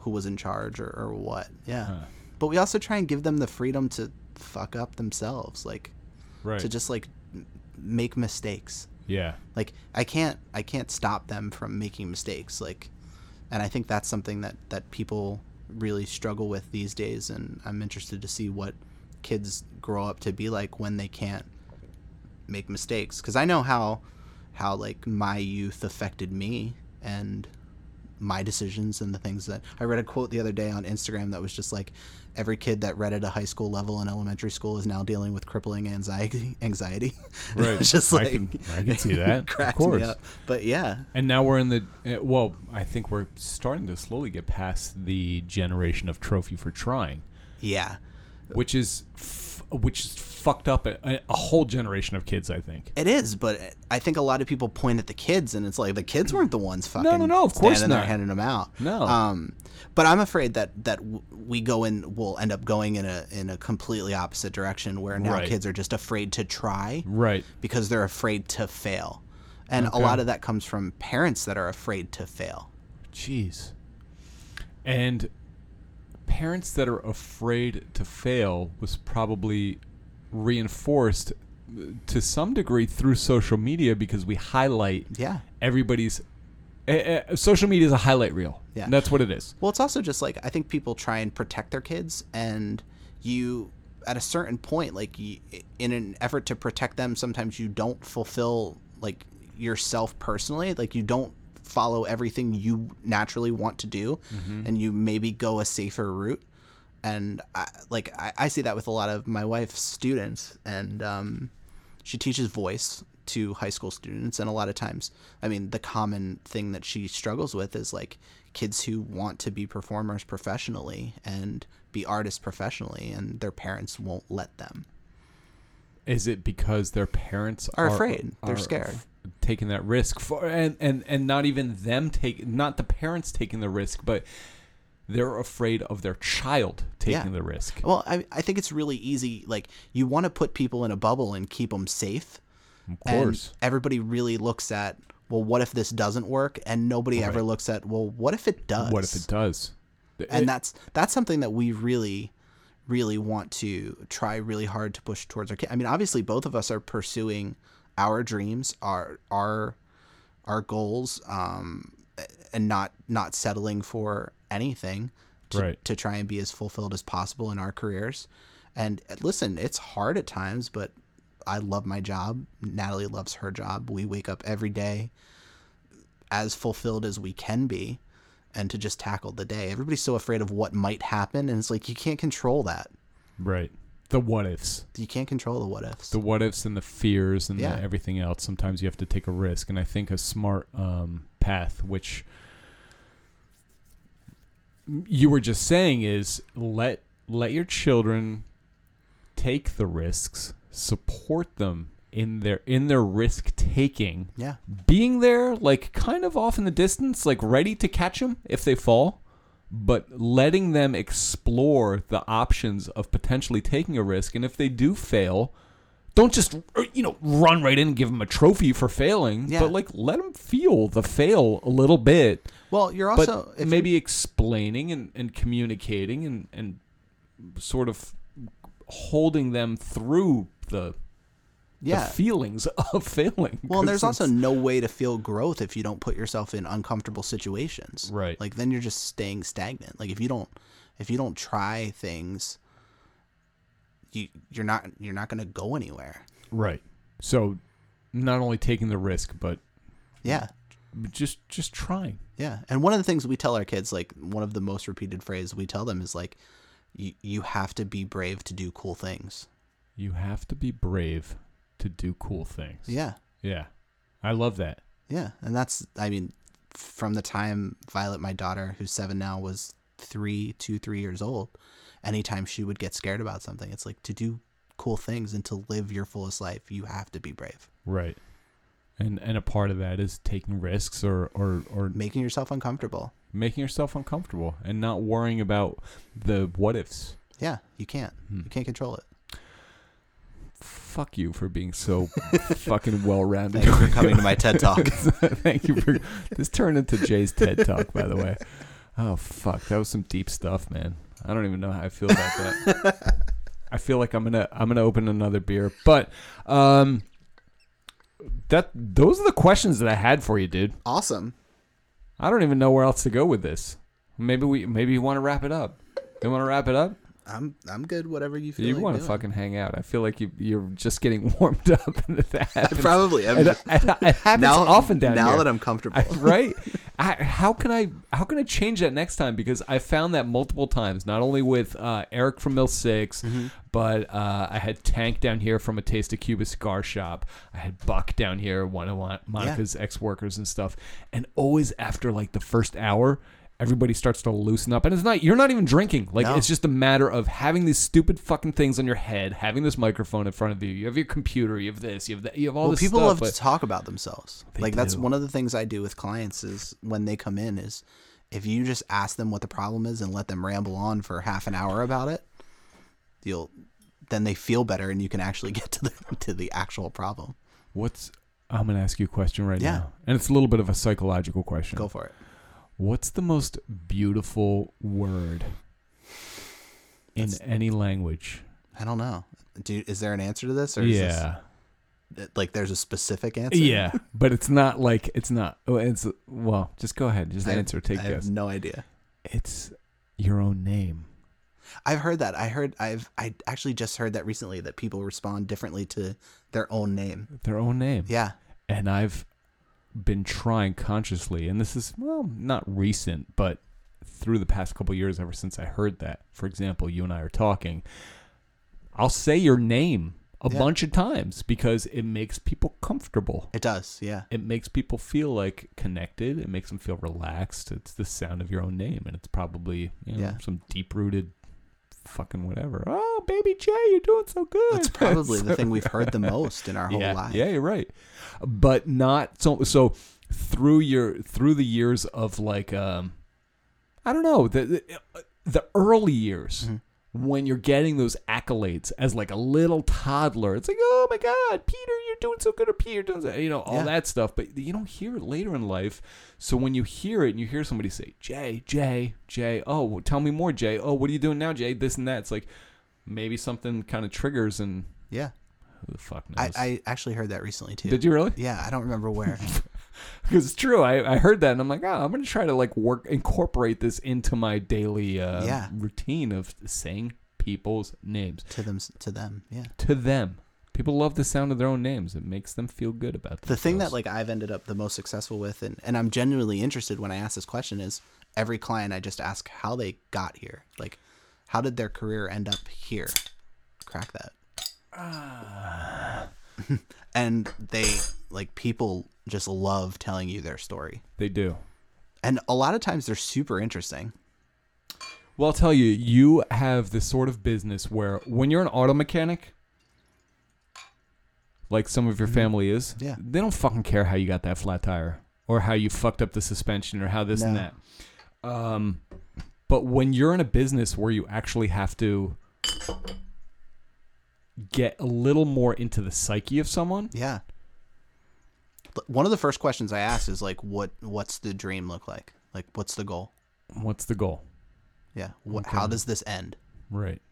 who was in charge or, or what yeah Huh. but we also try and give them the freedom to fuck up themselves like right. to just like m- make mistakes yeah. like i can't i can't stop them from making mistakes like and i think that's something that that people really struggle with these days and i'm interested to see what kids grow up to be like when they can't make mistakes because i know how how like my youth affected me and my decisions and the things that i read a quote the other day on instagram that was just like every kid that read at a high school level in elementary school is now dealing with crippling anxiety anxiety Right. it's just I like can- I can see that. Of cracks course. me up. But yeah, And now we're in the uh, well. I think we're starting to slowly get past the generation of trophy for trying. yeah, which is f- which is fucked up a, a- a whole generation of kids. I think. it is. But I think a lot of people point at the kids, and it's like the kids weren't the ones fucking. no, no, of course standing there not. handing them out. No. Um, but I'm afraid that that w- we go in, we'll end up going in a in a completely opposite direction where now Right. kids are just afraid to try Right. because they're afraid to fail, and a Okay. lot of that comes from parents that are afraid to fail. Jeez. And parents that are afraid to fail was probably reinforced uh, to some degree through social media because we highlight Yeah. everybody's. eh, eh, social media is a highlight reel. Yeah. That's what it is. Well, it's also just like I think people try and protect their kids, and you at a certain point, like you, in an effort to protect them, sometimes you don't fulfill like yourself personally, like you don't follow everything you naturally want to do, and you maybe go a safer route. And I, like I, I see that with a lot of my wife's students, and um, she teaches voice to high school students and a lot of times i mean the common thing that she struggles with is like kids who want to be performers professionally and be artists professionally and their parents won't let them Is it because their parents Are afraid. They're scared. f- taking that risk for and and and not even them take not the parents taking the risk, but they're afraid of their child taking the risk. Well, I, I think it's really easy. Like you want to put people in a bubble and keep them safe. Of course. everybody really looks at well, what if this doesn't work? And nobody ever looks at well, what if it does? What if it does? And that's that's something that we really, really want to try really hard to push towards our kid. I mean, obviously, both of us are pursuing our dreams, our our our goals, um, and not not settling for anything to, Right. to try and be as fulfilled as possible in our careers. And uh, listen, it's hard at times, but I love my job. Natalie loves her job. We wake up every day as fulfilled as we can be and to just tackle the day. Everybody's so afraid of what might happen. And it's like, you can't control that. Right. The what ifs. You can't control the what ifs. the what ifs and the fears and Yeah. the everything else. Sometimes you have to take a risk, and I think a smart um, path, which you were just saying, is let let your children take the risks, support them in their in their risk taking, yeah. being there, like kind of off in the distance, like ready to catch them if they fall, but letting them explore the options of potentially taking a risk. And if they do fail, don't just er, you know run right in and give them a trophy for failing, Yeah. but like let them feel the fail a little bit. Well, you're But also, if maybe explaining and, and communicating and, and sort of holding them through the, yeah. the feelings of failing. Well, and there's 'cause also it's- no way to feel growth if you don't put yourself in uncomfortable situations. Right. Like then you're just staying stagnant. Like if you don't if you don't try things you you're not you're not going to go anywhere. Right. So not only taking the risk, but Yeah. just just trying. Yeah. And one of the things we tell our kids like one of the most repeated phrase we tell them is like you you have to be brave to do cool things. You have to be brave to do cool things. Yeah. Yeah. I love that. Yeah, and that's I mean, from the time Violet, my daughter, who's seven now, was three, two, three years old, anytime she would get scared about something, it's like to do cool things and to live your fullest life, you have to be brave. Right. And and a part of that is taking risks or or, or Making yourself uncomfortable. making yourself uncomfortable and not worrying about the what ifs. Yeah, you can't. You can't control it. Fuck you for being so fucking well rounded. Thank you for coming to my TED talk. Thank you for this turned into Jay's TED talk, by the way. Oh fuck, that was some deep stuff, man. I don't even know how I feel about that. I feel like I'm gonna I'm gonna open another beer, but um, that those are the questions that I had for you, dude. Awesome. I don't even know where else to go with this. Maybe we maybe you want to wrap it up. You want to wrap it up? I'm I'm good. Whatever you feel. You like want to doing. fucking hang out? I feel like you you're just getting warmed up. And that happens. Probably. I'm And it, just- it happens now often down now here. that I'm comfortable. I- right? I, how can I how can I change that next time? Because I found that multiple times, not only with uh, Eric from Mill 6 Mm-hmm. but uh, I had Tank down here from a Taste of Cuba cigar shop. I had Buck down here, one of Mon- Monica's ex workers and stuff. And always after like the first hour. Everybody starts to loosen up, and it's not. You're not even drinking. Like No. it's just a matter of having these stupid fucking things on your head, having this microphone in front of you. You have your computer. You have this. You have that. You have all well, this people stuff. love but- to talk about themselves. Like that's do. one of the things I do with clients is when they come in is if you just ask them what the problem is and let them ramble on for half an hour about it, you'll then they feel better and you can actually get to the to the actual problem. What's I'm gonna ask you a question right Yeah. now, and it's a little bit of a psychological question. Go for it. What's the most beautiful word in any language? I don't know. Do is there an answer to this or is Yeah, this, like there's a specific answer? yeah, but it's not like it's not. oh, It's well, just go ahead, just I have- answer, take I guess. have no idea. It's your own name. I've heard that. I heard I've I actually just heard that recently that people respond differently to their own name. Their own name. Yeah. and I've been trying consciously, and this is well not recent, but through the past couple years, ever since I heard that. For example, you and I are talking. I'll say your name a Yeah. bunch of times because it makes people comfortable. It does. Yeah. It makes people feel like connected. It makes them feel relaxed. It's the sound of your own name, and it's probably you know, Yeah. some deep rooted fucking whatever. Oh, baby Jay, you're doing so good. That's probably the So- thing we've heard the most in our whole yeah, life. Yeah, you're right. But not so so through your through the years of like um I don't know the the, the early years Mm-hmm. when you're getting those accolades as like a little toddler. It's like, oh my god, Peter, you're doing so good, or Peter, doing so, you know all Yeah. that stuff. But you don't hear it later in life. So when you hear it and you hear somebody say, Jay, Jay, Jay, oh, well, tell me more, Jay. Oh, what are you doing now, Jay? This and that. It's like maybe something kind of triggers and Yeah. who the fuck knows. I, I actually heard that recently too. Did you really? Yeah, I don't remember where. Because it's true. I, I heard that and I'm like, oh, I'm going to try to like work, incorporate this into my daily uh, Yeah. routine of saying people's names to them to them. Yeah. to them. People love the sound of their own names. It makes them feel good about The thing that themselves. like I've ended up the most successful with and, and I'm genuinely interested when I ask this question is every client I just ask how they got here. Like how did their career end up here? Crack that. and they like people just love telling you their story. they do. And a lot of times they're super interesting. Well, I'll tell you, you have this sort of business where when you're an auto mechanic, like some of your family is, Mm-hmm. Yeah. they don't fucking care how you got that flat tire or how you fucked up the suspension or how this and No. that. Um, but when you're in a business where you actually have to get a little more into the psyche of someone, Yeah. But One of the first questions I asked is like what what's the dream look like? Like what's the goal? what's the goal? Yeah. What, How does this end? Right.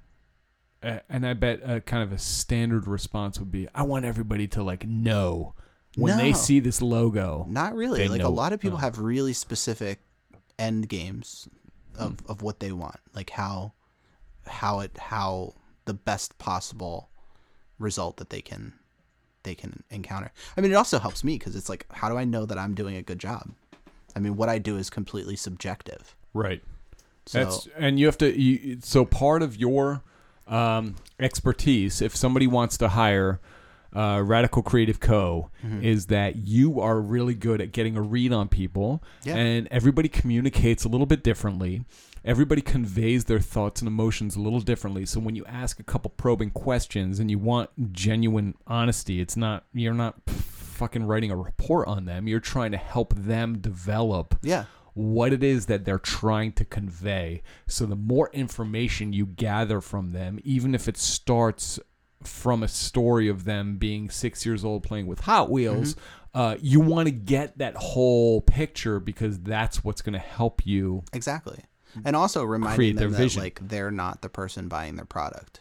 A- And I bet uh kind of a standard response would be, I want everybody to like know when they No. see this logo. Not really. They like know- a lot of people oh. have really specific end games of, Hmm. of what they want. Like how how it how the best possible result that they can they can encounter. I mean, it also helps me because it's like, how do I know that I'm doing a good job? I mean, what I do is completely subjective. Right. So That's and you have to. You, so part of your um, expertise, if somebody wants to hire uh, Radical Creative Co, Mm-hmm. is that you are really good at getting a read on people, Yeah. and everybody communicates a little bit differently. Everybody conveys their thoughts and emotions a little differently. So when you ask a couple probing questions and you want genuine honesty, it's not you're not fucking writing a report on them. You're trying to help them develop yeah. what it is that they're trying to convey. So the more information you gather from them, even if it starts from a story of them being six years old playing with Hot Wheels, Mm-hmm. uh, you want to get that whole picture because that's what's going to help you. Exactly. And also reminding Hmm. Create them their that vision. like they're not the person buying their product.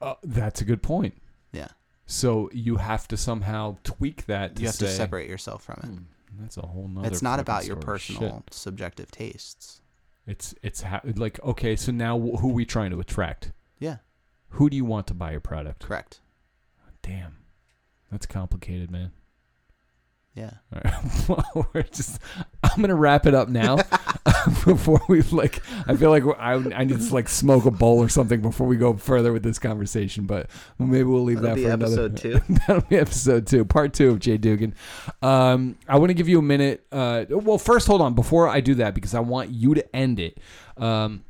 Uh, that's a good point. Yeah. So you have to somehow tweak that. To You have to say- separate yourself from it. That's a whole nother. it's not fucking about your story. Shit. personal subjective tastes. It's it's ha- like okay, so now wh- who we trying to attract? Yeah, Who do you want to buy your product? correct. Damn, that's complicated, man. Yeah. All right. Well, we're just. I'm gonna wrap it up now before we like. I feel like we're- I, I need to like smoke a bowl or something before we go further with this conversation. But maybe we'll leave that for another. two. That'll be episode two, part two of Jay Dugan. Um, I want to give you a minute. Uh, well, first, hold on before I do that because I want you to end it. Um,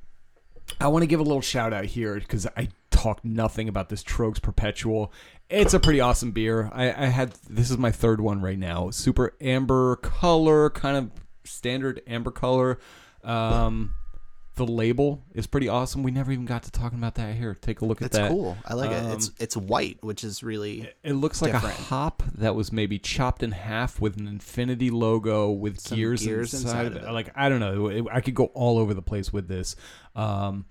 I want to give a little shout out here because I talked nothing about this Trogs Perpetual. It's a pretty awesome beer. I, I had this is my third one right now. Super amber color, kind of standard amber color. Um, the label is pretty awesome. We never even got to talking about that here. Take a look at It's that. um, cool. I like it. It's it's white, which is really It looks like different. a hop that was maybe chopped in half with an infinity logo with gears, gears inside. inside of of it. it. Like I don't know, It- I could go all over the place with this. Um,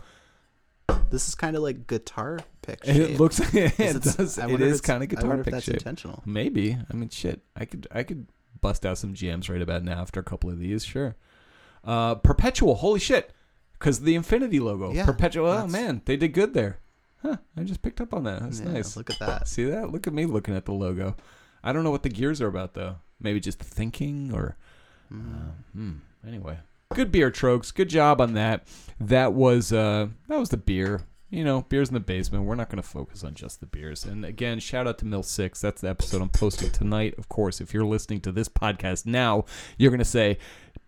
this is kind of like guitar pick. and it shape. looks, it Is it's- does, I it wonder if is it's- kind of I guitar wonder if pick that's shape. intentional. Maybe I mean shit. I could I could bust out some jams right about now after a couple of these. Sure. Uh, Perpetual. Holy shit. Because the Infinity logo. Yeah, Perpetual. Oh that's- man, they did good there. Huh. I just picked up on that. That's Yeah, nice. Look at that. See that? Look at me looking at the logo. I don't know what the gears are about though. Maybe just thinking or. Um, hmm. Anyway, good beer, Trogs. Good job on that. That was uh, that was the beer. You know, beers in the basement. We're not going to focus on just the beers. And again, shout out to Mill Six. That's the episode I'm posting tonight. Of course, if you're listening to this podcast now, you're going to say,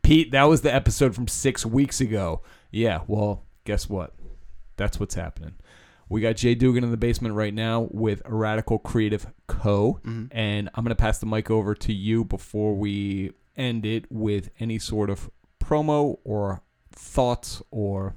"Pete, that was the episode from six weeks ago." Yeah. Well, guess what? That's what's happening. We got Jay Dugan in the basement right now with Radical Creative Co. And I'm going to pass the mic over to you before we end it with any sort of promo or thoughts or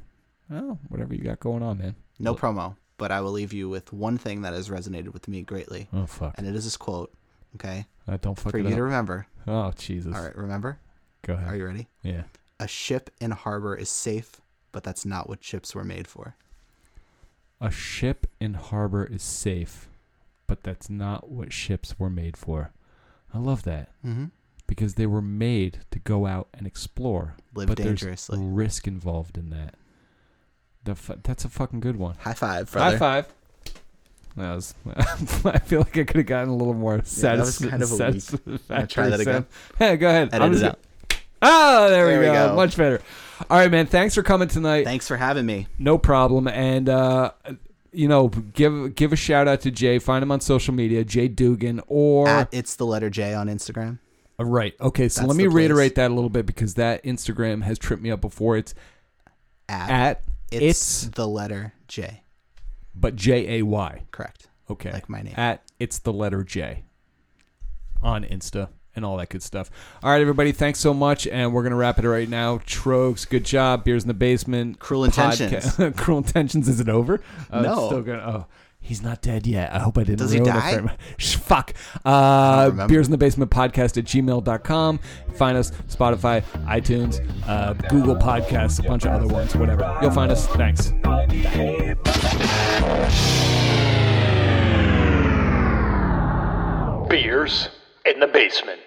well, whatever you got going on, man. No promo, but I will leave you with one thing that has resonated with me greatly, Oh fuck! and it is this quote. Okay, I don't fuck for it you up. to remember. Oh Jesus! All right, remember. Go ahead. Are you ready? yeah. A ship in harbor is safe, but that's not what ships were made for. A ship in harbor is safe, but that's not what ships were made for. I love that Mm-hmm. because they were made to go out and explore. Live but dangerously. There's risk involved in that. The fu- that's a fucking good one. High five, brother. High five. That was, I feel like I could have gotten a little more Yeah, that was satis- kind of a weak- satisfactory. Wanna try that again? sound. Hey, go ahead. Edit it just out. gonna- Ah, there, There we, we go. go. Much better. All right, man. Thanks for coming tonight. Thanks for having me. No problem. And uh, you know, give give a shout out to Jay. Find him on social media, Jay Dugan, or At it's the letter J on Instagram. Uh, right. Okay, so That's let me the place. reiterate that a little bit because that Instagram has tripped me up before. It's At, at it's, it's, the letter J. but J A Y. Correct. Okay, Like my name. At it's the letter J on Insta and all that good stuff. All right, everybody, thanks so much, and we're gonna wrap it right now. Trogs, good job. Beers in the basement. Cruel Podca- Intentions. Cruel Intentions. Is it over? Oh, it's No. still going. Oh, he's not dead yet. I hope I didn't Does he ruin it die? for him. Sh- fuck. Uh, remember. Beers in the Basement podcast at gmail.com. Find us Spotify, iTunes, uh, Google Podcasts, a bunch of other ones, whatever. You'll find us. Thanks. Beers in the basement.